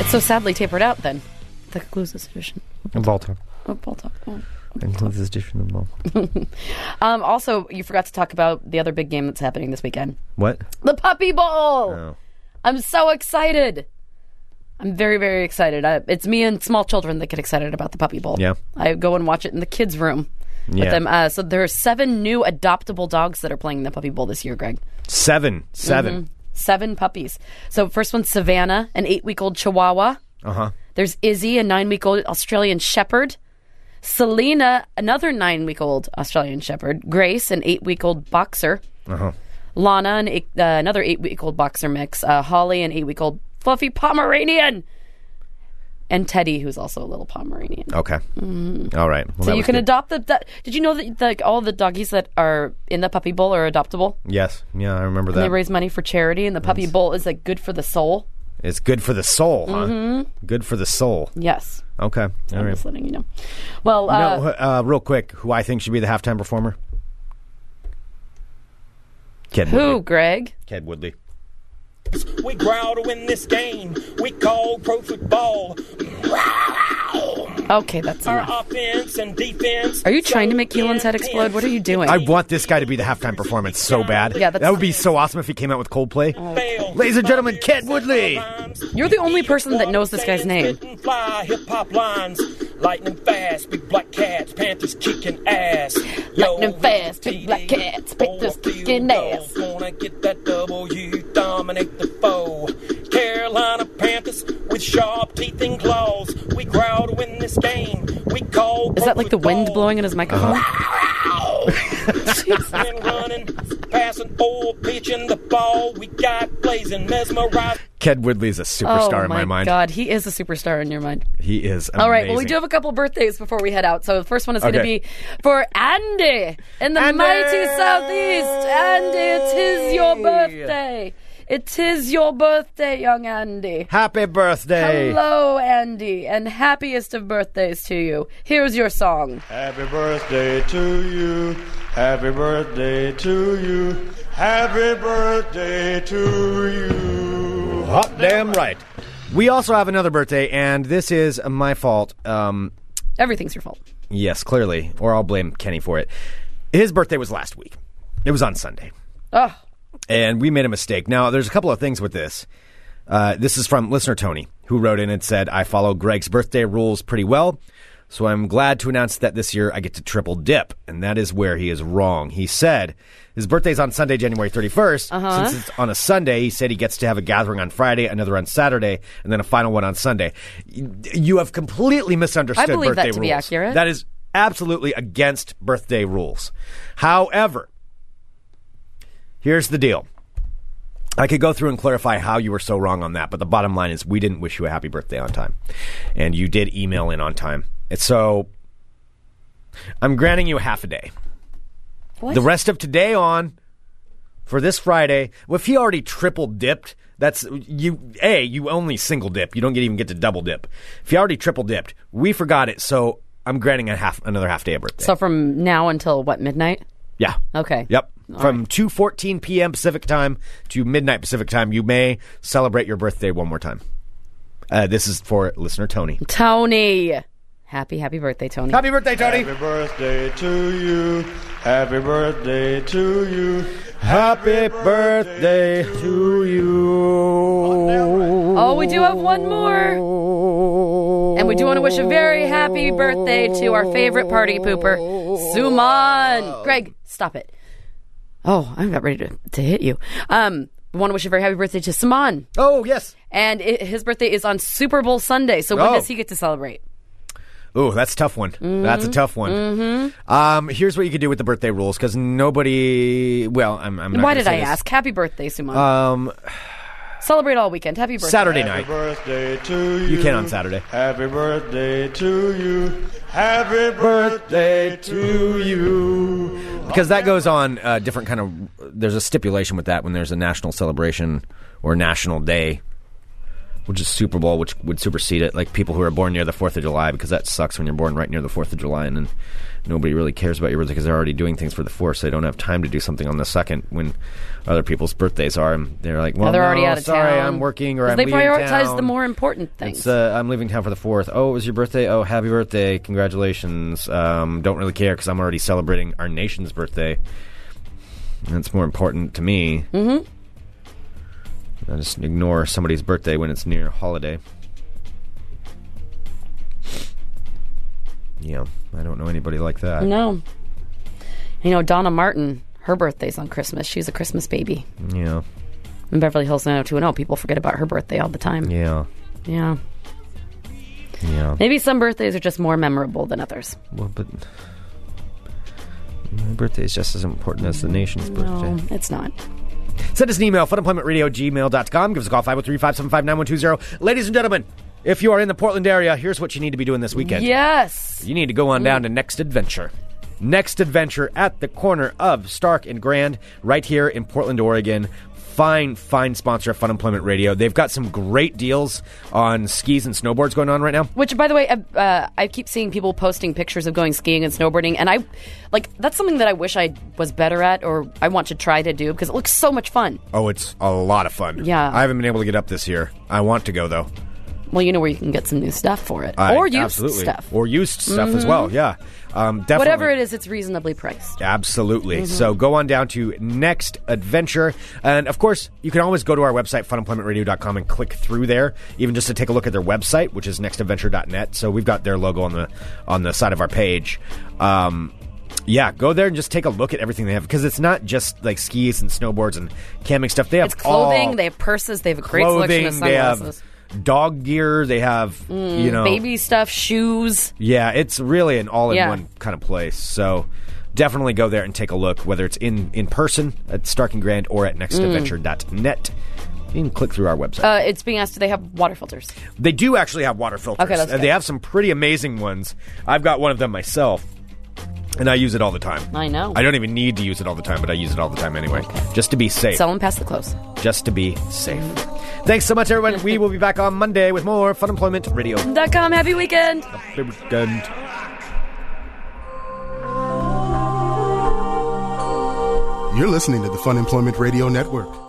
S2: It's so sadly tapered out then. That concludes this edition.
S1: Ball Talk.
S2: Oh, ball talk. Oh.
S1: Includes this edition of Ball.
S2: Um, also, you forgot to talk about the other big game that's happening this weekend
S1: What?
S2: the Puppy Bowl.
S1: Oh.
S2: I'm so excited. I'm very, very excited. I, it's me and small children that get excited about the Puppy Bowl.
S1: Yeah.
S2: I go and watch it in the kids' room
S1: Yeah.
S2: with them. Uh, so there are seven new adoptable dogs that are playing in the Puppy Bowl this year, Greg.
S1: Seven.
S2: Mm-hmm.
S1: 7
S2: Seven puppies. So first one's Savannah, an eight-week-old Chihuahua.
S1: Uh huh.
S2: There's Izzy, a nine week old Australian Shepherd. Selena, another nine week old Australian Shepherd. Grace, an eight week old boxer.
S1: Uh huh.
S2: Lana, an eight, uh, another eight week old boxer mix, uh, Holly, an eight week old fluffy Pomeranian, and Teddy, who's also a little Pomeranian.
S1: Okay. All right. Well,
S2: Mm-hmm. So
S1: Oh, that
S2: you
S1: was
S2: can
S1: good.
S2: adopt the. That, did you know that like all the doggies that are in the puppy bowl are adoptable?
S1: Yes. Yeah, I remember
S2: They
S1: that.
S2: raise money for charity, and the puppy bowl is like good for the soul.
S1: it's good for the soul, huh?
S2: Mm-hmm.
S1: Good for the soul.
S2: Yes,
S1: Okay. All
S2: I'm
S1: right.
S2: just letting you know. Well, uh,
S1: No, uh, real quick, who I think should be the halftime performer? Ked
S2: who,
S1: Woodley.
S2: Greg?
S1: Ked Woodley.
S6: We growl to win this game. We call pro football.
S2: Okay, that's
S6: Our
S2: enough.
S6: offense and defense.
S2: Are you trying to make Keelan's head explode? What are you doing?
S1: I want this guy to be the halftime performance so bad.
S2: Yeah, that's-
S1: that would be so awesome if he came out with Coldplay. Ladies and gentlemen, Ked
S2: Oh
S1: Woodley.
S2: You're the only person that knows this guy's name.
S6: Fly hip hop lines, lightning fast, big black cats, Panthers kicking ass. Yo,
S2: Lightning fast, big black cats, Panthers
S6: on the field
S2: kicking
S6: goal.
S2: ass.
S6: Gonna get that W, dominate the foe. Carolina Panthers with sharp teeth and claws. We growl to win this game. We call.
S2: Is that like the wind
S6: football.
S2: blowing in his microphone?
S1: Uh-huh.
S6: Passing, running, passing, or pitching the ball. We got blazing, mesmerized.
S1: Ked Woodley is a superstar
S2: oh
S1: in my mind.
S2: god, he is a superstar in your mind.
S1: He is. Amazing.
S2: All right, well, we do have a couple birthdays before we head out. So the first one is going to
S1: Okay.
S2: be for Andy in the
S1: Andy!
S2: mighty southeast. Andy, it is your birthday. It is your birthday, young Andy.
S1: Happy birthday.
S2: Hello, Andy, and happiest of birthdays to you. Here's your song.
S6: Happy birthday to you. Happy birthday to you. Happy birthday to you.
S1: Hot damn right. We also have another birthday, and this is my fault. Um,
S2: Everything's your fault.
S1: yes, clearly, or I'll blame Kenny for it. His birthday was last week. It was on Sunday.
S2: Oh,
S1: and we made a mistake. Now, there's a couple of things with this. Uh, this is from listener Tony, who wrote in and said, I follow Greg's birthday rules pretty well, so I'm glad to announce that this year I get to triple dip. And that is where he is wrong. He said his birthday's on Sunday, January 31st.
S2: Uh-huh.
S1: Since it's on a Sunday, he said he gets to have a gathering on Friday, another on Saturday, and then a final one on Sunday. Y- You have completely misunderstood
S2: I believe that
S1: birthday
S2: to be
S1: rules.
S2: accurate.
S1: That is absolutely against birthday rules. However, Here's the deal. I could go through and clarify how you were so wrong on that, but the bottom line is we didn't wish you a happy birthday on time. And you did email in on time. And so I'm granting you half a day.
S2: What?
S1: The rest of today on for this Friday, well, if he already triple dipped, that's you A, you only single dip. You don't get even get to double dip. If you already triple dipped, we forgot it, so I'm granting a half another half day of birthday.
S2: so from now until what midnight?
S1: yeah.
S2: Okay.
S1: Yep. From 2:14 p.m. Pacific time to midnight Pacific time, you may celebrate your birthday one more time. Uh, this is for listener Tony.
S2: Tony, happy happy birthday, Tony.
S1: Happy birthday, Tony!
S6: birthday to you. Happy birthday to you.
S1: Happy birthday to you.
S2: Oh, we do have one more. And we do want to wish a very happy birthday to our favorite party pooper, Suman. Greg, stop it. Oh, I'm not ready to, to hit you. Um, we want to wish a very happy birthday to Suman.
S1: Oh yes.
S2: And it, his birthday is on Super Bowl Sunday. So when
S1: Oh.
S2: does he get to celebrate?
S1: Ooh, that's a tough one. That's
S2: Mm-hmm.
S1: a tough one. Um, here's what you could do with the birthday rules because nobody. Well, I'm. I'm not
S2: Why
S1: gonna
S2: did
S1: say
S2: I
S1: this.
S2: ask? Happy birthday, Suman.
S1: Um,
S2: celebrate all weekend. Happy birthday.
S1: Saturday night.
S6: birthday to
S1: You can on Saturday.
S6: Happy birthday to you. Happy
S1: birthday to you. Because that goes on a different kind of. There's a stipulation with that when there's a national celebration or national day, which is Super Bowl, which would supersede it. Like people who are born near the Fourth of July, because that sucks when you're born right near the Fourth of July, and then nobody really cares about your birthday because they're already doing things for the Fourth, so they don't have time to do something on the second when other people's birthdays are. And they're like, well,
S2: Now Oh, they're already
S1: no,
S2: out of
S1: Oh, sorry,
S2: town.
S1: I'm working, or
S2: 'Cause
S1: I'm
S2: they
S1: leaving
S2: prioritize
S1: town.
S2: the more important things.
S1: It's, uh, I'm leaving town for the fourth. Oh, it was your birthday. Oh, happy birthday! Congratulations. Um, don't really care because I'm already celebrating our nation's birthday. That's more important to me. Mm-hmm. I just ignore somebody's birthday when it's near a holiday. Yeah, I don't know anybody like that.
S2: no. You know, Donna Martin, her birthday's on Christmas. She's a Christmas baby.
S1: Yeah,
S2: in Beverly Hills 90210. People forget about her birthday all the time.
S1: yeah,
S2: Yeah.
S1: yeah.
S2: Maybe some birthdays are just more memorable than others.
S1: Well, but my birthday is just as important as the nation's birthday.
S2: It's not.
S1: Send us an email, funemploymentradio@gmail.com. Give us a call, 503-575-9120. Ladies and gentlemen, if you are in the Portland area, here's what you need to be doing this weekend.
S2: Yes.
S1: You need to go on
S2: Mm.
S1: down to Next Adventure. Next Adventure at the corner of Stark and Grand, right here in Portland, Oregon. Fine, fine sponsor of Fun Employment Radio. They've got some great deals on skis and snowboards going on right now.
S2: Which, by the way, I- uh, I keep seeing people posting pictures of going skiing and snowboarding, and I, like, that's something that I wish I was better at, or I want to try to do because it looks so much fun.
S1: Oh, it's a lot of fun.
S2: Yeah.
S1: I haven't been able to get up this year. I want to go though.
S2: Well, you know where you can get some new stuff for it,
S1: I-
S2: or used
S1: absolutely.
S2: stuff, Mm-hmm.
S1: Or used stuff as well. Yeah. Um, definitely.
S2: whatever it is, it's reasonably priced.
S1: Absolutely.
S2: Mm-hmm.
S1: So go on down to Next Adventure. And of course, you can always go to our website, funemploymentradio.com, and click through there, even just to take a look at their website, which is nextadventure.net. So we've got their logo on the on the side of our page. Um, yeah, go there and just take a look at everything they have because it's not just like skis and snowboards and camping stuff. They have
S2: It's clothing.
S1: all
S2: they have purses. They have a great selection of
S1: Oh. clothing. They have Oh.
S2: sunglasses, Mm,
S1: dog gear. They have you know
S2: baby stuff, shoes.
S1: yeah, it's really an all in
S2: Yeah.
S1: one kind of place. So definitely go there and take a look, whether it's in, in person at Stark and Grand or at nextadventure.net. You can click through our website.
S2: Uh, it's being asked, do they have water filters?
S1: they do actually have water filters.
S2: Okay, that's
S1: and they
S2: good.
S1: have some pretty amazing ones. I've got one of them myself, and I use it all the time.
S2: I know.
S1: I don't even need to use it all the time, but I use it all the time anyway, just to be safe.
S2: Sell them past the close.
S1: just to be safe. Thanks so much, everyone. we will be back on Monday with more Fun Employment Radio.
S2: Dot com. Happy weekend.
S1: Weekend.
S7: You're listening to the Fun Employment Radio Network.